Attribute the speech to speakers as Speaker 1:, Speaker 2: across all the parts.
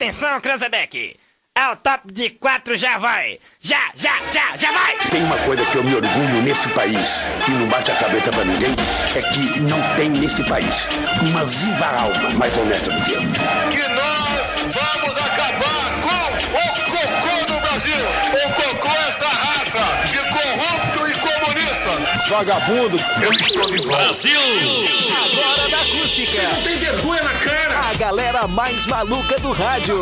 Speaker 1: Atenção, Cranzebeck! Ao top de quatro já vai! Já, já, já, já vai!
Speaker 2: Tem uma coisa que eu me orgulho neste país, e não bate a cabeça pra ninguém, é que não tem neste país uma viva alma mais honesta do que eu.
Speaker 3: que nós vamos acabar com o cocô do Brasil. O cocô é essa raça de corrupto e comunista.
Speaker 2: Vagabundo, eu estou de volta.
Speaker 4: A galera mais maluca do rádio.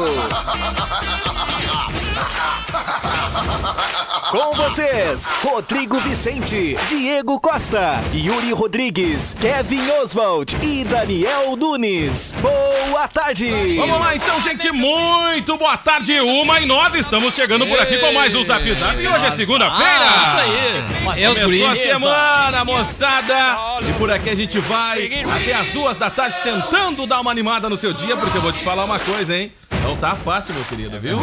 Speaker 4: Com vocês, Rodrigo Vicente, Diego Costa, Yuri Rodrigues, Kevin Oswald e Daniel Nunes. Boa tarde!
Speaker 5: Vamos lá então, gente, muito boa tarde, uma e nove, estamos chegando por aqui com mais um Zap Zap e hoje é segunda-feira.
Speaker 6: Ah, isso aí. É os
Speaker 5: Começou a
Speaker 6: guri.
Speaker 5: semana, moçada! E por aqui a gente vai até as duas da tarde tentando dar uma animada no seu dia, porque eu vou te falar uma coisa, hein? Não tá fácil, meu querido, viu?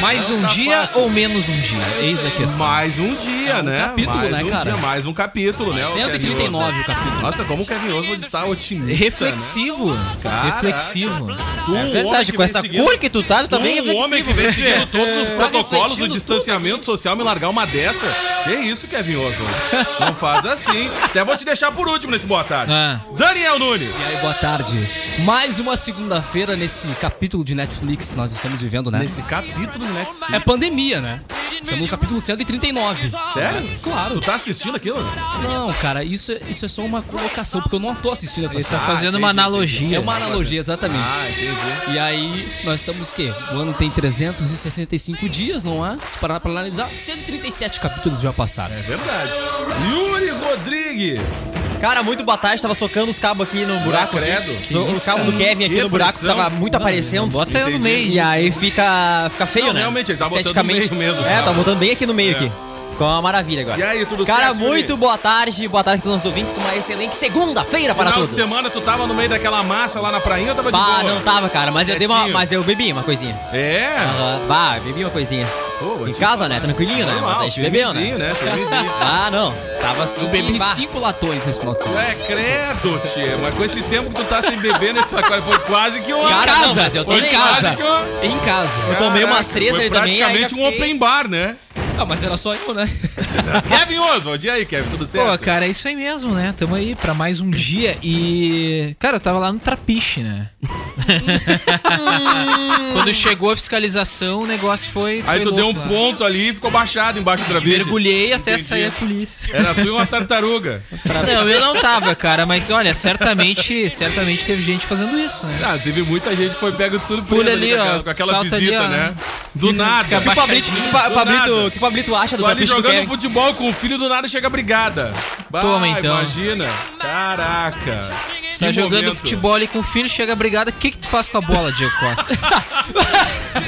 Speaker 6: Mais um
Speaker 5: tá
Speaker 6: dia
Speaker 5: fácil.
Speaker 6: ou menos um dia? Eis a questão.
Speaker 5: Mais um dia, né?
Speaker 6: capítulo,
Speaker 5: mais
Speaker 6: né,
Speaker 5: um
Speaker 6: cara?
Speaker 5: Dia, mais um capítulo, né? o Kevin
Speaker 6: 139 o
Speaker 5: Oswald.
Speaker 6: capítulo.
Speaker 5: Nossa, como o Kevin Oswald está otimista. Né?
Speaker 6: Reflexivo.
Speaker 5: Caraca.
Speaker 6: Reflexivo.
Speaker 5: Tu, um
Speaker 6: É
Speaker 5: homem
Speaker 6: verdade, com
Speaker 5: que vem
Speaker 6: essa
Speaker 5: seguindo-
Speaker 6: cor que tu tá, tu tá
Speaker 7: é
Speaker 6: bem
Speaker 5: um
Speaker 6: reflexivo.
Speaker 5: homem que vem
Speaker 6: viu, Fê?
Speaker 5: seguindo todos os
Speaker 6: Tá
Speaker 5: protocolos do
Speaker 6: refletindo
Speaker 5: distanciamento social me largar uma dessa. Que isso, Kevin Oswald. Não faz assim. Até vou te deixar por último nesse boa tarde.
Speaker 6: Ah.
Speaker 5: Daniel Nunes.
Speaker 6: E aí, boa tarde. Mais uma segunda-feira nesse capítulo de Netflix que nós estamos vivendo, né?
Speaker 5: Nesse capítulo, né?
Speaker 6: É pandemia, né? Estamos no capítulo 139.
Speaker 5: Sério?
Speaker 6: Claro.
Speaker 5: Tu tá assistindo aquilo?
Speaker 6: Não, cara, isso é, isso é só uma colocação, porque eu não tô assistindo essa série.
Speaker 5: tá fazendo uma analogia.
Speaker 6: É uma analogia, exatamente.
Speaker 5: Ah, entendi.
Speaker 6: E aí, nós estamos o quê? O ano tem 365 dias, não é? Se tu parar pra analisar, 137 capítulos já passaram.
Speaker 5: É verdade. Yuri Rodrigues.
Speaker 7: Cara, muito boa tarde. Tava socando os cabos aqui no buraco. aqui.
Speaker 5: credo. Que
Speaker 7: So- Os cabos do Kevin aqui
Speaker 5: Que
Speaker 7: no buraco
Speaker 5: pressão.
Speaker 7: tava muito aparecendo.
Speaker 6: Bota eu no
Speaker 5: Entendi.
Speaker 6: meio.
Speaker 7: E aí fica, fica feio,
Speaker 5: Não,
Speaker 7: né?
Speaker 5: realmente, ele tá botando no
Speaker 7: Esteticamente.
Speaker 5: meio mesmo,
Speaker 7: É,
Speaker 5: cara.
Speaker 7: tá botando bem aqui no meio
Speaker 5: É.
Speaker 7: aqui. Ficou uma maravilha agora.
Speaker 5: E aí, tudo
Speaker 7: Cara,
Speaker 5: certo,
Speaker 7: muito
Speaker 5: Yuri?
Speaker 7: boa tarde. Boa tarde a todos os ouvintes. Uma excelente segunda-feira para
Speaker 5: Final de
Speaker 7: todos.
Speaker 5: semana tu tava no meio daquela massa lá na prainha ou tava de
Speaker 7: Bah,
Speaker 5: boa?
Speaker 7: não tá. tava, cara. Mas eu, dei uma,
Speaker 5: Quietinho.
Speaker 7: mas eu bebi uma coisinha.
Speaker 5: É.
Speaker 7: Aham. Bah, bebi uma coisinha.
Speaker 5: Pô, vou
Speaker 7: Em
Speaker 5: te
Speaker 7: casa, né? Tranquilinho, né?
Speaker 5: falar,
Speaker 7: Mas a gente bebeu,
Speaker 5: firmezinho,
Speaker 7: né?
Speaker 5: Firmezinho.
Speaker 7: Ah, não. Tava assim.
Speaker 6: Eu bebi
Speaker 7: bah.
Speaker 6: cinco latões nesse final de semana.
Speaker 5: É credo, tia, mas com esse tempo que tu tá sem beber nessa coisa, foi quase que uma.
Speaker 7: Em
Speaker 6: Cara, não,
Speaker 7: casa,
Speaker 6: mas
Speaker 7: eu tô
Speaker 5: foi
Speaker 7: em
Speaker 5: quase
Speaker 7: casa.
Speaker 5: que uma-
Speaker 6: Em casa.
Speaker 7: Eu tomei umas
Speaker 5: Caraca,
Speaker 7: três
Speaker 5: foi
Speaker 7: ali também, aí já
Speaker 5: Praticamente um
Speaker 7: fiquei-
Speaker 5: open bar, né?
Speaker 6: Ah, mas era só eu, né?
Speaker 5: Kevin Oswald, e aí, Kevin, tudo certo?
Speaker 8: Pô, cara, é isso aí mesmo, né? Tamo aí pra mais um dia e. Cara, eu tava lá no Trapiche, né? Quando chegou a fiscalização, o negócio foi. foi
Speaker 5: Aí tu deu um
Speaker 8: louco lá.
Speaker 5: ponto ali e ficou baixado embaixo do travesti.
Speaker 8: Mergulhei até
Speaker 5: Entendi. É,
Speaker 8: sair a polícia.
Speaker 5: Era tu e uma tartaruga.
Speaker 8: Não, eu não tava, cara, mas olha, certamente, certamente teve gente fazendo isso, né?
Speaker 5: Ah, teve muita gente que foi pega de surpresa
Speaker 8: Pula ali,
Speaker 5: com aquela-
Speaker 8: ó,
Speaker 5: com aquela
Speaker 8: salta ali,
Speaker 5: visita,
Speaker 8: ó.
Speaker 5: né? Do nada.
Speaker 7: Que o Pablito, que o Pa-
Speaker 5: Do
Speaker 7: Pablito,
Speaker 5: nada.
Speaker 7: que o Pablito acha do
Speaker 5: Tô ali
Speaker 7: trapiche do
Speaker 5: jogando
Speaker 7: Kevin?
Speaker 5: futebol com o filho do nada e chega a brigada. Bah,
Speaker 8: Toma, então.
Speaker 5: Imagina. Caraca. Que
Speaker 8: Tu tá jogando
Speaker 5: momento.
Speaker 8: futebol ali com o filho, chega a brigada, o que que tu faz com a bola, Diego Costa?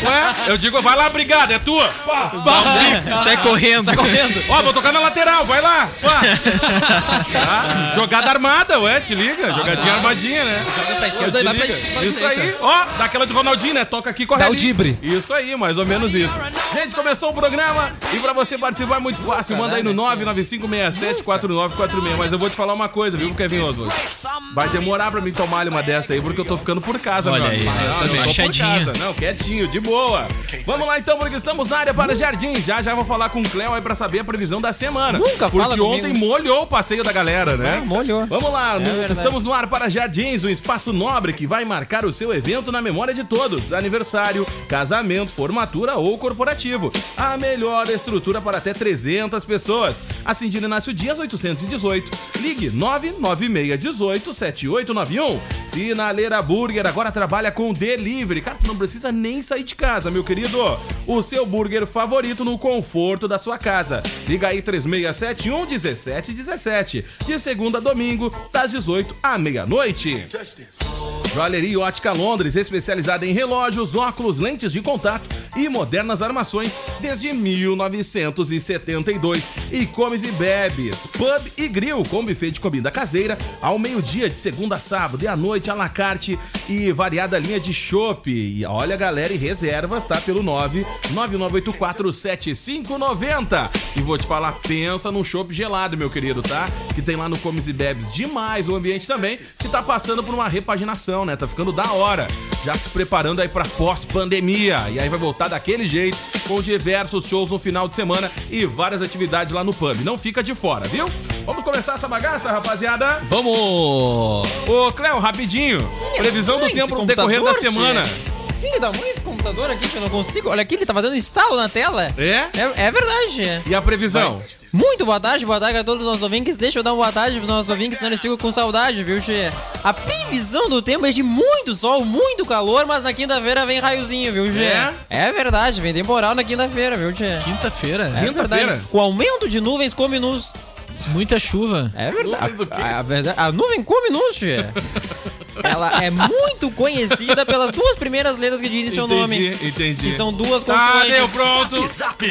Speaker 5: Ué, eu digo, vai lá, brigada, é tua. Pá.
Speaker 8: Sai correndo. Sai correndo.
Speaker 5: Ó, vou tocar na lateral, vai lá! Pá. Tá? Jogada armada, ué, te liga? Jogadinha armadinha, né?
Speaker 6: Joga pra
Speaker 5: Pô,
Speaker 6: esquerda
Speaker 5: te
Speaker 6: e vai pra
Speaker 5: liga.
Speaker 6: cima.
Speaker 5: Isso aí, ó, daquela de Ronaldinho, né? Toca aqui, corre
Speaker 6: Dá o
Speaker 5: ali.
Speaker 6: dibre.
Speaker 5: Isso aí, mais ou menos isso. Gente, começou o programa e pra você participar é muito fácil, manda aí no 995674946. Mas eu vou te falar uma coisa, viu, Kevin Oswald? Vai demorar pra mim tomar uma dessa aí, porque eu tô ficando por casa, meu amigo. Não, eu tô por
Speaker 8: Baixadinha.
Speaker 5: casa. Não, quietinho, de boa. Vamos lá então, porque estamos na área para Jardim. Já já vou falar com o Cléo aí pra saber a previsão da semana.
Speaker 7: Nunca
Speaker 5: Porque
Speaker 7: fala comigo.
Speaker 5: ontem molhou o passeio da galera, né?
Speaker 7: molhou.
Speaker 5: Vamos lá, no- estamos no ar para Jardins, um espaço nobre que vai marcar o seu evento na memória de todos: aniversário, casamento, formatura ou corporativo. A melhor estrutura para até 300 pessoas. Assim de Inácio Dias 818. Ligue 99618 7891. Sinaleira Burger agora trabalha com delivery. Cara, tu não precisa nem sair de casa, meu querido. O seu burger favorito no conforto da sua casa. Liga aí 3671 1717. De segunda a domingo, das 18 à meia-noite. Joalheria e Ótica Londres, especializada em relógios, óculos, lentes de contato e modernas armações desde 1972. E comes e bebes, pub e grill com buffet de comida caseira ao meio-dia de segunda a sábado e à noite à la carte e variada linha de chopp. E olha galera, e reservas tá pelo 999847590. E vou te falar, pensa num chopp gelado, meu querido, tá? Que tem lá no Comes e Bebes demais o ambiente também, que tá passando por uma repaginação, né? Tá ficando da hora. já se preparando aí pra pós-pandemia. E aí vai voltar daquele jeito, com diversos shows no final de semana e várias atividades lá no pub. Não fica de fora, viu? Vamos começar essa bagaça, rapaziada?
Speaker 9: Vamos!
Speaker 5: Ô, Cléo, rapidinho. Previsão do
Speaker 1: mãe,
Speaker 5: tempo
Speaker 1: esse
Speaker 5: no decorrer da
Speaker 1: computador,
Speaker 5: semana.
Speaker 1: Filho da mãe, esse computador aqui que eu não consigo. Olha aqui, ele tá fazendo instalo na tela.
Speaker 5: É?
Speaker 1: É, é verdade.
Speaker 5: E a previsão?
Speaker 1: Muito boa tarde, boa tarde a todos os nossos ouvintes. Deixa eu dar uma boa tarde pros nossos ouvintes, senão eles ficam com saudade, viu, Tchê? A previsão do tempo é de muito sol, muito calor, mas na quinta-feira vem raiozinho, viu, Tchê?
Speaker 5: É?
Speaker 1: É, verdade, vem temporal na quinta-feira, viu, Tchê?
Speaker 7: Quinta-feira.
Speaker 1: É verdade.
Speaker 5: Quinta-feira?
Speaker 1: O aumento de nuvens come nus.
Speaker 7: Muita chuva.
Speaker 1: É
Speaker 5: Nuvens
Speaker 1: verdade.
Speaker 5: do quê?
Speaker 1: A, a verdade. A nuvem come nus, Tchê. Ela é muito conhecida pelas duas primeiras letras que dizem seu nome.
Speaker 5: entendi.
Speaker 1: Que são duas
Speaker 5: Tá,
Speaker 1: consoantes.
Speaker 5: deu, pronto.
Speaker 10: Zap,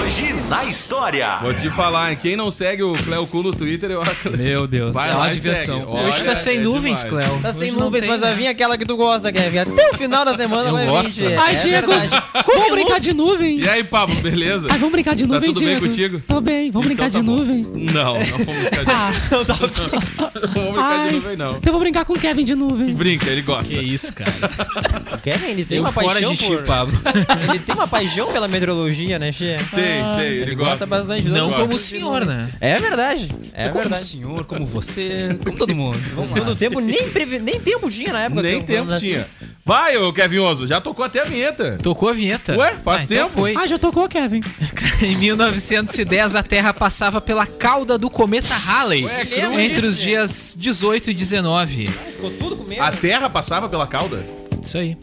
Speaker 10: hoje na história.
Speaker 5: Vou te falar, hein? quem não segue o Cléo Cu no Twitter, eu
Speaker 9: Meu Deus,
Speaker 5: Vai
Speaker 9: é
Speaker 5: lá
Speaker 9: uma
Speaker 5: e
Speaker 9: diversão.
Speaker 5: segue. Ó.
Speaker 7: Hoje tá
Speaker 5: Olha,
Speaker 7: sem
Speaker 5: é
Speaker 7: nuvens,
Speaker 5: demais.
Speaker 7: Cleo.
Speaker 1: Tá sem
Speaker 7: Hoje não
Speaker 1: nuvens,
Speaker 7: tem,
Speaker 1: mas vai
Speaker 7: né?
Speaker 1: vir aquela que tu gosta, Kevin. Até o final da semana
Speaker 9: Eu
Speaker 1: vai
Speaker 9: gosto.
Speaker 1: vir. Tchê.
Speaker 9: Ai,
Speaker 1: é
Speaker 8: Diego,
Speaker 1: verdade.
Speaker 8: Vamos
Speaker 1: Come
Speaker 8: brincar
Speaker 1: luz.
Speaker 8: de nuvem?
Speaker 5: E aí, Pablo, beleza?
Speaker 8: Ai, vamos brincar de
Speaker 5: Tá
Speaker 8: nuvem,
Speaker 5: tudo bem
Speaker 8: Diego?
Speaker 5: contigo?
Speaker 8: Tô bem, vamos brincar
Speaker 5: Então
Speaker 8: de
Speaker 5: tá bom.
Speaker 8: nuvem.
Speaker 5: Não, não vamos brincar de,
Speaker 8: Ah,
Speaker 1: Não tá
Speaker 5: não vamos brincar de
Speaker 8: ai,
Speaker 5: nuvem, não.
Speaker 8: Então eu vou brincar com o Kevin de nuvem.
Speaker 5: Brinca, ele gosta.
Speaker 7: Que isso, cara.
Speaker 1: Kevin, ele tem
Speaker 7: Eu
Speaker 1: uma
Speaker 10: É
Speaker 7: fora
Speaker 1: paixão
Speaker 7: de ti,
Speaker 1: por...
Speaker 7: Pablo.
Speaker 1: Ele tem uma paixão pela meteorologia, né, Xê?
Speaker 5: Tem,
Speaker 7: Ah.
Speaker 5: tem, ele,
Speaker 1: Ele
Speaker 5: gosta.
Speaker 1: gosta bastante.
Speaker 7: Não
Speaker 1: gosta.
Speaker 7: como o senhor, né?
Speaker 1: É verdade. É
Speaker 9: como o
Speaker 1: verdade.
Speaker 9: senhor, como você, como todo mundo. Vamos lá.
Speaker 1: Todo tempo, nem, previ- nem tempo tinha na época.
Speaker 10: um,
Speaker 5: Nem
Speaker 1: que eu-
Speaker 5: tempo
Speaker 1: assim.
Speaker 5: tinha. Vai, ô Kevin Oso, já tocou até a vinheta.
Speaker 7: Tocou a vinheta.
Speaker 5: Ué, faz
Speaker 7: então
Speaker 5: tempo.
Speaker 7: foi.
Speaker 8: Ah, já tocou, Kevin.
Speaker 7: Em 1910, a Terra passava pela cauda do cometa Halley
Speaker 5: Ué, que
Speaker 7: entre
Speaker 1: isso,
Speaker 7: os
Speaker 1: gente?
Speaker 7: dias 18 e 19.
Speaker 1: Ficou tudo com medo.
Speaker 5: A terra passava pela cauda?
Speaker 7: Isso aí.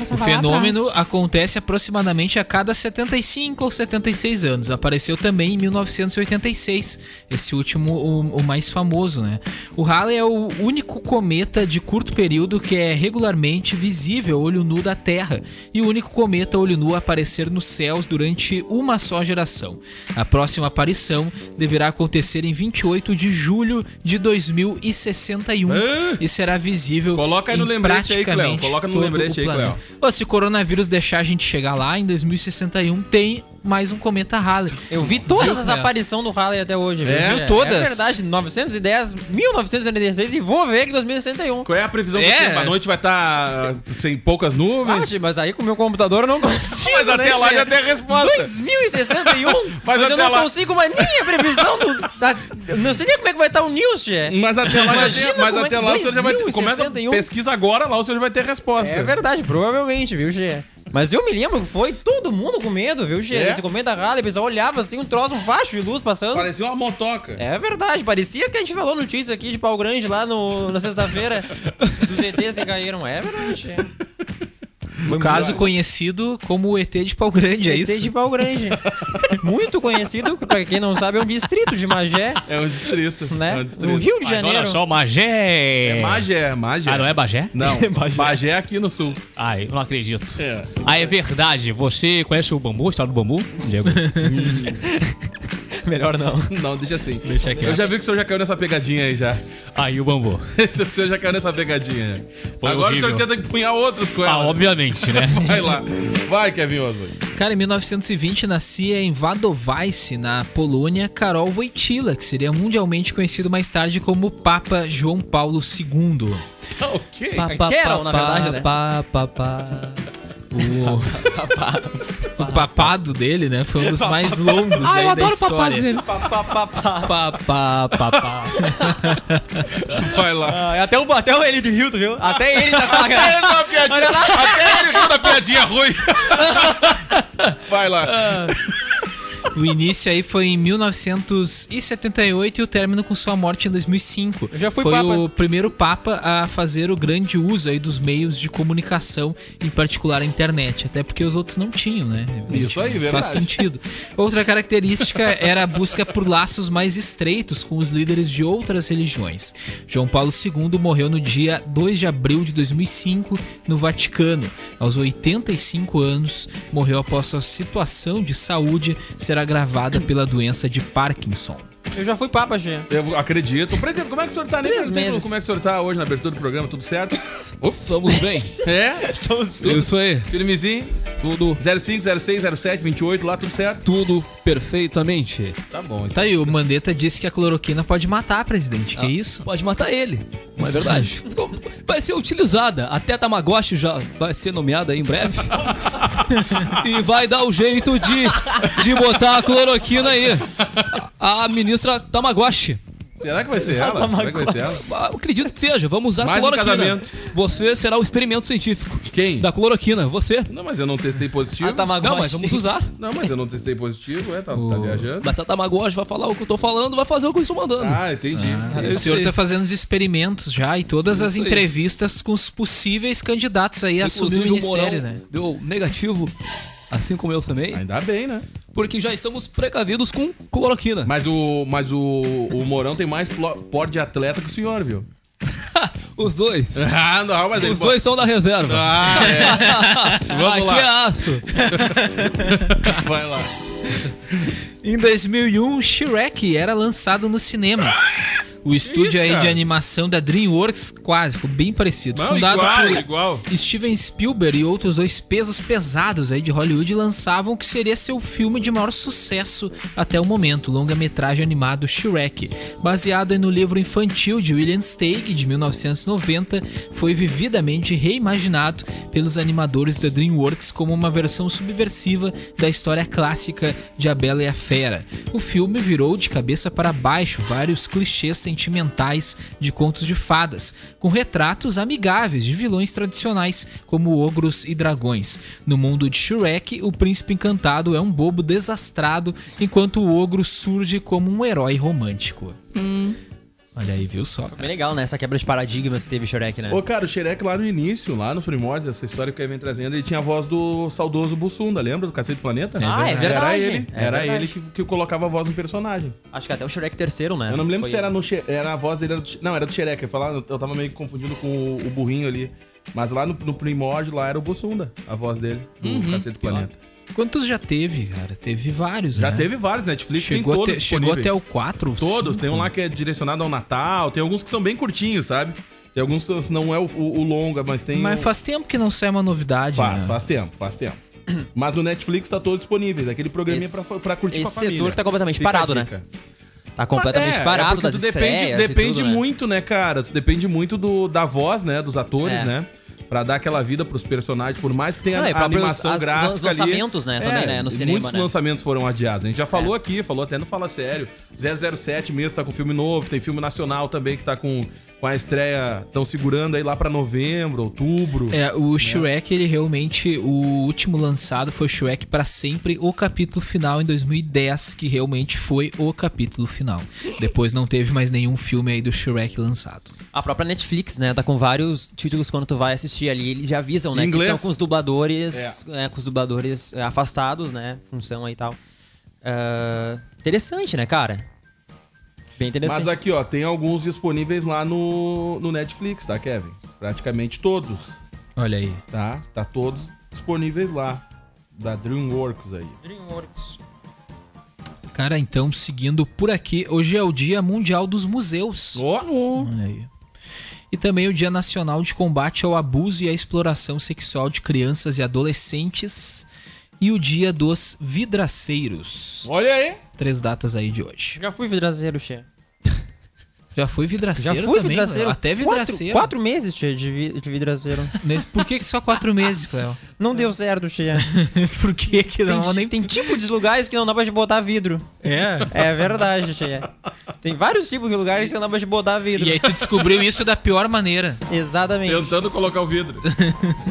Speaker 8: Essa Ah,
Speaker 7: O
Speaker 8: vai lá
Speaker 7: fenômeno
Speaker 8: atrás.
Speaker 7: acontece aproximadamente a cada 75 ou 76 anos. Apareceu também em 1986, esse último, o, o mais famoso, né? O Halley é o único cometa de curto período que é regularmente visível a olho nu da Terra e o único cometa a olho nu a aparecer nos céus durante uma só geração. A próxima aparição deverá acontecer em 28 de julho de 2061
Speaker 5: Ah!
Speaker 7: e será visível
Speaker 5: Coloca aí no
Speaker 7: em
Speaker 5: lembrete aí, Cleo.
Speaker 7: praticamente
Speaker 5: Coloca no
Speaker 7: todo
Speaker 5: lembrete
Speaker 7: o
Speaker 5: aí, Cleo.
Speaker 7: planeta. Ó, se o coronavírus deixar a gente chegar lá, em 2061 tem mais um cometa Halley.
Speaker 1: Eu vi todas as
Speaker 7: É.
Speaker 1: aparições do Halley até hoje. viu,
Speaker 5: É?
Speaker 1: Xê?
Speaker 7: Todas?
Speaker 1: É verdade. 910, 1986 e um. vou ver que 2061.
Speaker 5: Qual é a previsão do
Speaker 7: É.
Speaker 5: tempo? A noite vai estar sem poucas
Speaker 1: Ah,
Speaker 5: nuvens.
Speaker 1: Xê, mas aí com o meu computador eu não consigo.
Speaker 5: mas até
Speaker 1: né,
Speaker 5: lá
Speaker 1: Xê?
Speaker 5: já tem a resposta.
Speaker 1: 2061?
Speaker 5: Mas
Speaker 1: mas
Speaker 5: até
Speaker 1: eu não
Speaker 5: lá-
Speaker 1: consigo mais nem a previsão do. da- eu não sei nem como é que vai estar o news, Jé.
Speaker 5: Mas até lá, já
Speaker 1: Imagina
Speaker 5: tem, mas
Speaker 1: como é
Speaker 5: até
Speaker 1: que
Speaker 5: lá o senhor já vai ter.
Speaker 1: 2061.
Speaker 5: Começa, pesquisa agora lá, o senhor vai ter resposta.
Speaker 1: É verdade, provavelmente, viu, Gê? Mas eu me lembro que foi todo mundo com medo, viu, Gê?
Speaker 5: É?
Speaker 1: Esse cometa rala, o pessoal olhava assim, um troço, um facho de luz passando.
Speaker 5: Parecia uma motoca.
Speaker 1: É verdade, parecia que a gente falou notícia aqui de pau grande lá no, na sexta-feira dos ETs que caíram. É verdade.
Speaker 7: No Um caso conhecido como o ET de pau grande, é
Speaker 1: ET
Speaker 7: isso?
Speaker 1: de pau grande. Muito conhecido, pra quem não sabe, é um distrito de Magé,
Speaker 5: É um distrito.
Speaker 1: né?
Speaker 5: É um
Speaker 1: no
Speaker 5: distrito.
Speaker 1: Rio de Janeiro.
Speaker 5: É
Speaker 10: Magé.
Speaker 5: Magé, Magé.
Speaker 10: Ah, não é Bagé?
Speaker 5: Não, Bagé é aqui no sul.
Speaker 10: Ai, eu não acredito.
Speaker 5: É.
Speaker 10: Ah, é verdade. Você conhece o bambu, o estado do bambu? Diego.
Speaker 1: Melhor não.
Speaker 5: Não, deixa assim.
Speaker 10: Deixa aqui.
Speaker 5: Eu já vi que o senhor já caiu nessa pegadinha aí já.
Speaker 10: Aí o bambu.
Speaker 5: Esse, o senhor já caiu nessa pegadinha.
Speaker 10: Foi
Speaker 5: Agora o senhor
Speaker 10: horrível.
Speaker 5: tenta empunhar outros com
Speaker 10: Ah,
Speaker 5: ela.
Speaker 10: obviamente, né?
Speaker 5: Vai lá. Vai, Kevin Oswald.
Speaker 7: Cara, em 1920 nascia em Wadowice, na Polônia, Karol Wojtyla, que seria mundialmente conhecido mais tarde como Papa João Paulo II.
Speaker 5: Tá ok.
Speaker 9: Pá, pá,
Speaker 1: Carol,
Speaker 9: pá,
Speaker 1: na verdade, né?
Speaker 9: pá, pá, pá.
Speaker 7: O, o papado dele, né, foi um dos mais longos
Speaker 8: Ah,
Speaker 7: aí
Speaker 8: eu
Speaker 7: da
Speaker 8: adoro o papado
Speaker 7: história.
Speaker 5: Ah,
Speaker 8: dele.
Speaker 1: Pá, pá, pá, pá.
Speaker 9: Pá, pá, pá, pá.
Speaker 5: Vai lá.
Speaker 1: Ah, até, o, até o ele de Hilton, viu? Até ele tá com a cara.
Speaker 5: Uma piadinha- Até ele quando a piadinha é ruim. Vai lá.
Speaker 7: O início aí foi em 1978 e o término com sua morte em 2005.
Speaker 1: Eu já fui
Speaker 7: foi
Speaker 1: papa.
Speaker 7: o primeiro papa a fazer o grande uso aí dos meios de comunicação, em particular a internet, até porque os outros não tinham, né?
Speaker 5: Isso aí,
Speaker 7: Faz
Speaker 5: verdade.
Speaker 7: sentido. Outra característica era a busca por laços mais estreitos com os líderes de outras religiões. João Paulo II morreu no dia 2 de abril de 2005 no Vaticano. Aos 85 anos, morreu após sua situação de saúde ser agravada pela doença de Parkinson.
Speaker 1: Eu já fui papa, Gê.
Speaker 5: Eu acredito. Presidente, como é que o senhor tá? Nem
Speaker 1: Três
Speaker 5: perguntei
Speaker 1: meses.
Speaker 5: Como é que o senhor tá hoje na abertura do programa? Tudo certo?
Speaker 9: Estamos bem.
Speaker 5: É?
Speaker 9: Isso aí.
Speaker 5: Firmezinho?
Speaker 10: Tudo.
Speaker 5: 05, 06, 07, 28, lá tudo certo?
Speaker 10: Tudo perfeitamente.
Speaker 5: Tá bom.
Speaker 7: Tá aí, o Mandetta disse que a cloroquina pode matar, presidente.
Speaker 5: Ah,
Speaker 7: Que isso?
Speaker 10: Pode matar ele. Mas é verdade. vai ser utilizada. Até Tamagotchi já vai ser nomeada em breve. e vai dar o jeito de, de botar a cloroquina aí. A, a ministra Tamagotchi.
Speaker 5: Será que vai ser ela? Será que vai ser ela?
Speaker 10: Ah, eu Acredito que seja. Vamos usar
Speaker 5: Mais um
Speaker 10: cloroquina.
Speaker 5: casamento.
Speaker 10: Você será o experimento científico
Speaker 5: Quem?
Speaker 10: da cloroquina. Você.
Speaker 5: Não, mas eu não testei positivo.
Speaker 7: Ah,
Speaker 8: A
Speaker 7: tá
Speaker 8: Tamagotchi.
Speaker 10: Não, mas vamos usar.
Speaker 5: Não, mas eu não testei positivo, é, tá, tá viajando.
Speaker 10: Mas a Tamagotchi vai falar o que eu tô falando, vai fazer o que eu estou mandando.
Speaker 5: Ah, entendi.
Speaker 7: O senhor
Speaker 10: aí.
Speaker 7: tá fazendo os experimentos já e todas as
Speaker 10: Isso aí.
Speaker 7: entrevistas com os possíveis candidatos aí a assumir o
Speaker 10: Inclusive o
Speaker 7: ministério,
Speaker 10: Mourão
Speaker 7: né?
Speaker 10: deu negativo, assim como eu também.
Speaker 5: Ainda bem, né?
Speaker 10: Porque já estamos precavidos com cloroquina.
Speaker 5: Mas o, mas o, o Morão tem mais plo- porte de atleta que o senhor, viu?
Speaker 10: Os dois.
Speaker 5: Ah, não, mas
Speaker 10: Os dois são da reserva.
Speaker 5: Ah, é.
Speaker 10: Aqui
Speaker 5: lá.
Speaker 10: é aço.
Speaker 5: Vai lá.
Speaker 7: Em 2001, Shrek era lançado nos cinemas. O estúdio aí
Speaker 5: cara?
Speaker 7: de animação da DreamWorks, quase, ficou bem parecido.
Speaker 5: Não,
Speaker 7: Fundado
Speaker 5: igual,
Speaker 7: por
Speaker 5: igual.
Speaker 7: Steven Spielberg e outros dois pesos pesados aí de Hollywood lançavam o que seria seu filme de maior sucesso até o momento, o longa-metragem animado Shrek. Baseado aí no livro infantil de William Steig, de 1990, foi vividamente reimaginado pelos animadores da DreamWorks como uma versão subversiva da história clássica de A Bela e a Fera. O filme virou de cabeça para baixo vários clichês sentimentais de contos de fadas, com retratos amigáveis de vilões tradicionais como ogros e dragões. No mundo de Shrek, o príncipe encantado é um bobo desastrado, enquanto o ogro surge como um herói romântico.
Speaker 5: Hum.
Speaker 7: Olha aí, viu só?
Speaker 8: Bem legal, né? Essa quebra de paradigmas que teve Shrek, né?
Speaker 5: Ô, cara, o Xerec lá no início, lá nos primórdios, essa história que o Kevin vem trazendo, ele tinha a voz do saudoso Bussunda, lembra do Cacete do Planeta?
Speaker 8: Ah, é verdade.
Speaker 5: Era ele,
Speaker 8: É
Speaker 5: era
Speaker 8: verdade.
Speaker 5: ele que, que colocava a voz no personagem.
Speaker 8: Acho que até o Shrek terceiro, né?
Speaker 5: Eu não me lembro
Speaker 8: Foi
Speaker 5: se era, no, Xe- era a voz dele, era do, Xe- não, era do Xerec, eu, falava, eu tava meio confundindo com o, o burrinho ali. Mas lá no, no primórdio, lá era o Bussunda, a voz dele, do
Speaker 8: Uhum.
Speaker 5: Cacete do Planeta.
Speaker 7: Quantos já teve, cara? Teve vários,
Speaker 5: Já
Speaker 7: né?
Speaker 5: teve vários, Netflix
Speaker 7: Chegou,
Speaker 5: tem todos
Speaker 7: até, chegou
Speaker 5: disponíveis.
Speaker 7: até o 4?
Speaker 5: Todos, tem um lá que é direcionado ao Natal, tem alguns que são bem curtinhos, sabe? Tem alguns que não é o, o- o longa, mas tem.
Speaker 7: Mas
Speaker 5: o-
Speaker 7: faz tempo que não sai uma novidade,
Speaker 5: faz,
Speaker 7: né?
Speaker 5: faz tempo, faz tempo. Mas no Netflix tá todos disponíveis, aquele programinha
Speaker 8: Esse-
Speaker 5: pra, fa- pra curtir com a
Speaker 8: esse setor
Speaker 5: família.
Speaker 8: que tá completamente
Speaker 5: Fica a
Speaker 8: parado, né?
Speaker 5: dica.
Speaker 8: Tá completamente
Speaker 5: É, é
Speaker 8: parado
Speaker 5: porque
Speaker 7: tá
Speaker 8: das
Speaker 5: tu depende,
Speaker 8: estreias e
Speaker 5: depende
Speaker 8: tudo, né?
Speaker 5: muito, né, cara? Tu Depende muito do, da voz, né, dos atores,
Speaker 8: É.
Speaker 5: né? Pra dar aquela vida pros personagens, por mais que tenha
Speaker 8: Não, e
Speaker 5: a
Speaker 8: pra abrir os-
Speaker 5: animação
Speaker 8: as-
Speaker 5: gráfica
Speaker 8: os
Speaker 5: ali. É,
Speaker 8: lançamentos, né, também, né, no
Speaker 5: e
Speaker 8: cinema,
Speaker 5: Muitos
Speaker 8: né? É.
Speaker 5: lançamentos foram adiados. A gente já falou aqui, falou até no Fala Sério. 007 mesmo tá com filme novo, tem filme nacional também que tá com, com a estreia, estão segurando aí lá pra novembro, outubro.
Speaker 7: É, o Shrek, ele realmente. O último lançado foi Shrek pra sempre, o capítulo final em 2010, que realmente foi o capítulo final. Depois não teve mais nenhum filme aí do Shrek lançado.
Speaker 8: A própria Netflix, né? Tá com vários títulos quando tu vai assistir ali. Eles já avisam, né?
Speaker 5: Em inglês.
Speaker 8: Que estão com os dubladores. né, com os dubladores é, afastados, né? Função aí e tal. Ah, interessante, né, cara? Bem interessante.
Speaker 5: Mas aqui, ó, tem alguns disponíveis lá no, no Netflix, tá, Kevin? Praticamente todos.
Speaker 7: Olha aí.
Speaker 5: Tá? Tá todos disponíveis lá. Da DreamWorks aí.
Speaker 7: Cara, então, seguindo por aqui, hoje é o Dia Mundial dos Museus.
Speaker 5: Ó!
Speaker 7: Olha aí. E também o Dia Nacional de Combate ao Abuso e à Exploração Sexual de Crianças e Adolescentes. E o Dia dos Vidraceiros.
Speaker 5: Olha aí!
Speaker 7: Três datas aí de hoje.
Speaker 8: Já fui vidraceiro, Che.
Speaker 7: Já fui
Speaker 8: Já
Speaker 7: vidraceiro
Speaker 8: fui
Speaker 7: também,
Speaker 8: vidraceiro.
Speaker 7: Léo. Até vidraceiro.
Speaker 8: Quatro, quatro meses, Che, de, vi- de vidraceiro.
Speaker 7: Nesse- por que, que só quatro meses, Cléo?
Speaker 8: Não deu certo, Che.
Speaker 7: por que que
Speaker 8: Tem,
Speaker 7: não?
Speaker 8: ti- tem tipo de lugares que não dá pra te botar vidro.
Speaker 7: É.
Speaker 8: É verdade, Che. Tem vários tipos de lugares que não dá pra te botar vidro.
Speaker 7: E aí tu descobriu isso da pior maneira.
Speaker 8: Exatamente.
Speaker 5: Tentando colocar o vidro.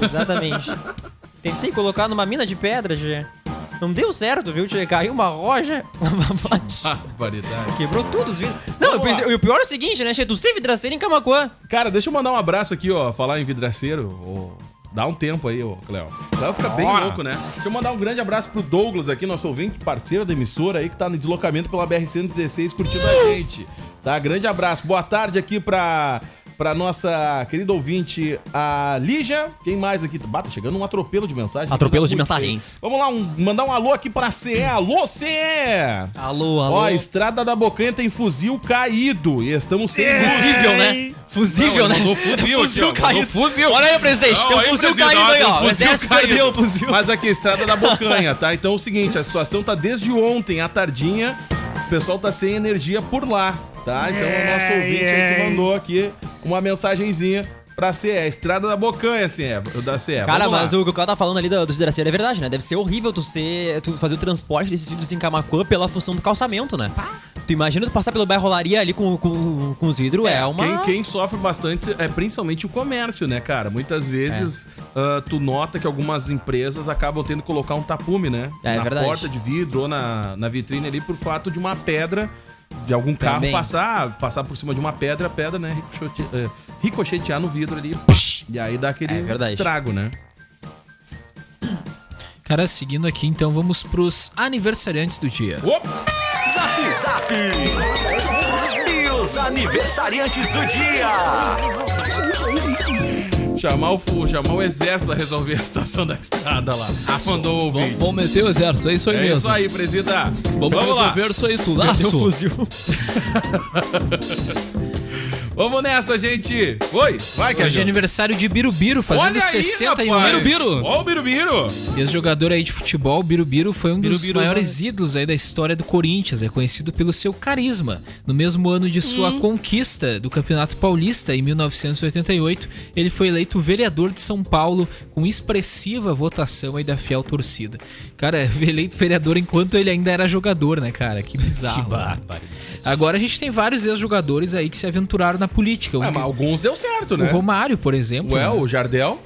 Speaker 8: Exatamente. Tentei colocar numa mina de pedra, Tchê. Não deu certo, viu, Tchê? Caiu uma roja,
Speaker 5: Barbaridade.
Speaker 8: quebrou tudo os vidros. Não, eu
Speaker 5: Vamos
Speaker 8: pensei, e o pior é o seguinte, né, Tchê? Tu ser vidraceiro em Camacuã.
Speaker 5: Cara, deixa eu mandar um abraço aqui, ó. Falar em vidraceiro. ô, Dá um tempo aí, ô, Cléo. Cléo fica bem
Speaker 11: Ora.
Speaker 5: louco, né? Deixa eu mandar um grande abraço pro Douglas aqui, nosso ouvinte, parceiro da emissora aí, que tá no deslocamento pela BR-116 curtindo a gente. Tá? Grande abraço. Boa tarde aqui pra pra nossa querida ouvinte, a Lígia. Quem mais aqui? Bata, chegando um atropelo de mensagem.
Speaker 7: Atropelo de
Speaker 5: Puta.
Speaker 7: mensagens.
Speaker 5: Vamos lá, um- mandar um alô aqui pra CE. Alô, CE!
Speaker 6: Alô, alô.
Speaker 5: Ó, a estrada da Bocanha tem fuzil caído e estamos sem fuzil.
Speaker 7: Fusível, né? Fusível,
Speaker 5: Não,
Speaker 7: né?
Speaker 5: ele mandou fuzil
Speaker 7: fuzil
Speaker 5: aqui, ó, mandou
Speaker 7: caído.
Speaker 5: fuzil.
Speaker 7: Olha aí, presidente.
Speaker 5: Não,
Speaker 7: tem um
Speaker 5: aí,
Speaker 7: fuzil
Speaker 5: presidente,
Speaker 7: caído
Speaker 5: ó,
Speaker 7: aí,
Speaker 5: tem um
Speaker 7: ó. O
Speaker 5: fuzil
Speaker 7: exército
Speaker 5: caído.
Speaker 7: perdeu o fuzil.
Speaker 5: Mas aqui a estrada da Bocanha, tá? Então é o seguinte, a situação tá desde ontem, à tardinha. O pessoal tá sem energia por lá, tá? Então é o nosso ouvinte aí que mandou aqui uma mensagenzinha pra CE. Estrada da Bocanha, CE. Da CE.
Speaker 7: Cara,
Speaker 5: Vamos lá.
Speaker 7: mas o que o cara tá falando ali do, do Hidraceiro é verdade, né? Deve ser horrível tu, ser, tu fazer o transporte desses vidros em Camacuã pela função do calçamento, né? Tu imagina tu passar pelo bairro Rolaria ali com, com, com os vidros, é, uma...
Speaker 5: Quem, quem sofre bastante é principalmente o comércio, né, cara? Muitas vezes
Speaker 7: É.
Speaker 5: ah, tu nota que algumas empresas acabam tendo que colocar um tapume, né?
Speaker 7: É, é
Speaker 5: na
Speaker 7: verdade.
Speaker 5: porta de vidro ou na, na vitrine ali por fato de uma pedra, de algum carro
Speaker 7: Também.
Speaker 5: passar, passar por cima de uma pedra, a pedra, né? ricochete- eh, ricochetear no vidro ali. psh, E aí dá aquele
Speaker 7: É verdade.
Speaker 5: estrago, né?
Speaker 8: Cara, seguindo aqui, então vamos pros aniversariantes do dia.
Speaker 5: Opa!
Speaker 4: Zap Zap! E os aniversariantes do dia!
Speaker 5: Chamar o, fu- chamar o exército pra resolver a situação da estrada lá. Mandou o
Speaker 6: Vamos,
Speaker 5: ouvinte.
Speaker 6: vamos meter o exército, é isso aí
Speaker 5: É
Speaker 6: mesmo.
Speaker 5: isso aí, presida.
Speaker 6: Vamos,
Speaker 5: vamos lá.
Speaker 6: resolver isso aí, tu laço.
Speaker 7: fuzil.
Speaker 5: Vamos nessa, gente! Oi! Vai, Kevin!
Speaker 8: Hoje é aniversário de Birubiru, fazendo 61 anos.
Speaker 6: Birubiru.
Speaker 5: Ó o Birubiru!
Speaker 8: Esse jogador aí de futebol, Birubiru, foi um dos
Speaker 5: né?
Speaker 6: Birubiru,
Speaker 8: maiores ídolos aí da história do Corinthians. É conhecido pelo seu carisma. No mesmo ano de sua conquista do Campeonato Paulista, em 1988, ele foi eleito vereador de São Paulo com expressiva votação aí da fiel torcida. Cara, eleito vereador enquanto ele ainda era jogador, né, cara? Que bizarro. né? Agora a gente tem vários ex-jogadores aí que se aventuraram na política. O,
Speaker 5: Ah, mas alguns deu certo,
Speaker 8: o
Speaker 5: né?
Speaker 8: Romário, por exemplo.
Speaker 5: Ué,
Speaker 8: né?
Speaker 5: o Jardel.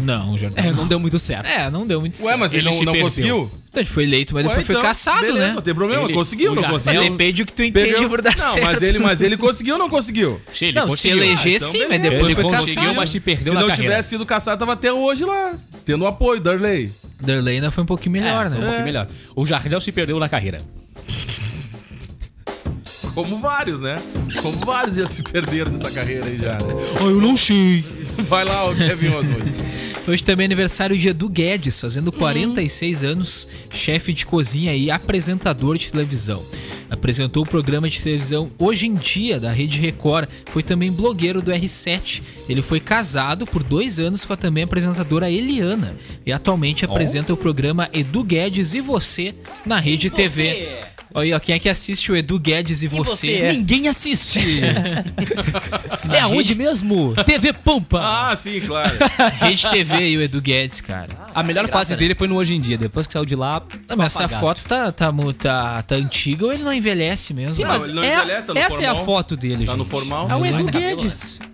Speaker 8: Não, já...
Speaker 6: É, não deu muito certo.
Speaker 8: É, não deu muito
Speaker 5: Ué,
Speaker 8: certo.
Speaker 5: mas ele,
Speaker 12: Ele se
Speaker 5: não, não
Speaker 12: perdeu.
Speaker 5: conseguiu.
Speaker 8: Então, ele foi eleito, mas
Speaker 5: Ué,
Speaker 8: depois
Speaker 5: então,
Speaker 8: foi caçado,
Speaker 5: beleza, Não
Speaker 8: né?
Speaker 5: tem problema,
Speaker 12: Ele-
Speaker 5: conseguiu,
Speaker 12: o
Speaker 5: não
Speaker 12: Jardel-
Speaker 5: conseguiu.
Speaker 8: Depende do que tu entende
Speaker 5: Perdeu.
Speaker 8: por dar
Speaker 5: Não,
Speaker 8: certo.
Speaker 5: mas ele, mas ele conseguiu ou não conseguiu?
Speaker 12: Sim, ele
Speaker 8: Não,
Speaker 12: conseguiu.
Speaker 8: se eleger
Speaker 5: então
Speaker 8: sim, mas
Speaker 5: beleza.
Speaker 8: depois
Speaker 12: Ele
Speaker 8: foi
Speaker 12: conseguiu,
Speaker 8: caçado.
Speaker 12: mas se perdeu
Speaker 5: Se
Speaker 12: na
Speaker 5: não
Speaker 12: carreira.
Speaker 5: tivesse sido caçado, tava até hoje lá. Tendo o apoio, Darley.
Speaker 8: Derlei ainda foi um pouquinho melhor,
Speaker 12: É, foi Um
Speaker 8: né?
Speaker 12: pouquinho melhor. O Jardel se perdeu na carreira.
Speaker 5: Como vários, né? Como vários já se perderam nessa carreira aí já. né?
Speaker 12: eu não sei.
Speaker 5: Vai lá, o Kevin Oswald.
Speaker 8: Hoje também é aniversário de Edu Guedes, fazendo 46 anos, chefe de cozinha e apresentador de televisão. Apresentou o programa de televisão Hoje em Dia, da Rede Record. Foi também blogueiro do R7. Ele foi casado por dois anos com a também apresentadora Eliana. E atualmente apresenta o programa Edu Guedes e Você na Rede TV. Olha aí, ó, quem é que assiste o Edu Guedes e,
Speaker 7: você?
Speaker 8: você?
Speaker 6: Ninguém assiste. é aonde mesmo? TV Pampa.
Speaker 5: Ah, sim, claro.
Speaker 8: Rede TV e o Edu Guedes,
Speaker 5: Ah,
Speaker 8: cara.
Speaker 6: A
Speaker 5: é
Speaker 6: melhor fase
Speaker 5: né?
Speaker 6: dele foi no Hoje em Dia. Depois que saiu de lá,
Speaker 8: Não, mas essa
Speaker 6: apagado.
Speaker 8: foto tá, tá, mu- tá, tá antiga ou ele não envelhece mesmo?
Speaker 6: Sim,
Speaker 8: Não,
Speaker 6: mas
Speaker 5: ele não
Speaker 6: é-
Speaker 5: envelhece, tá no
Speaker 6: essa é a
Speaker 5: formal.
Speaker 6: foto dele,
Speaker 5: Tá
Speaker 6: gente.
Speaker 5: no formal.
Speaker 6: É o
Speaker 8: Ele
Speaker 6: Edu
Speaker 8: tá
Speaker 6: Guedes.
Speaker 5: né?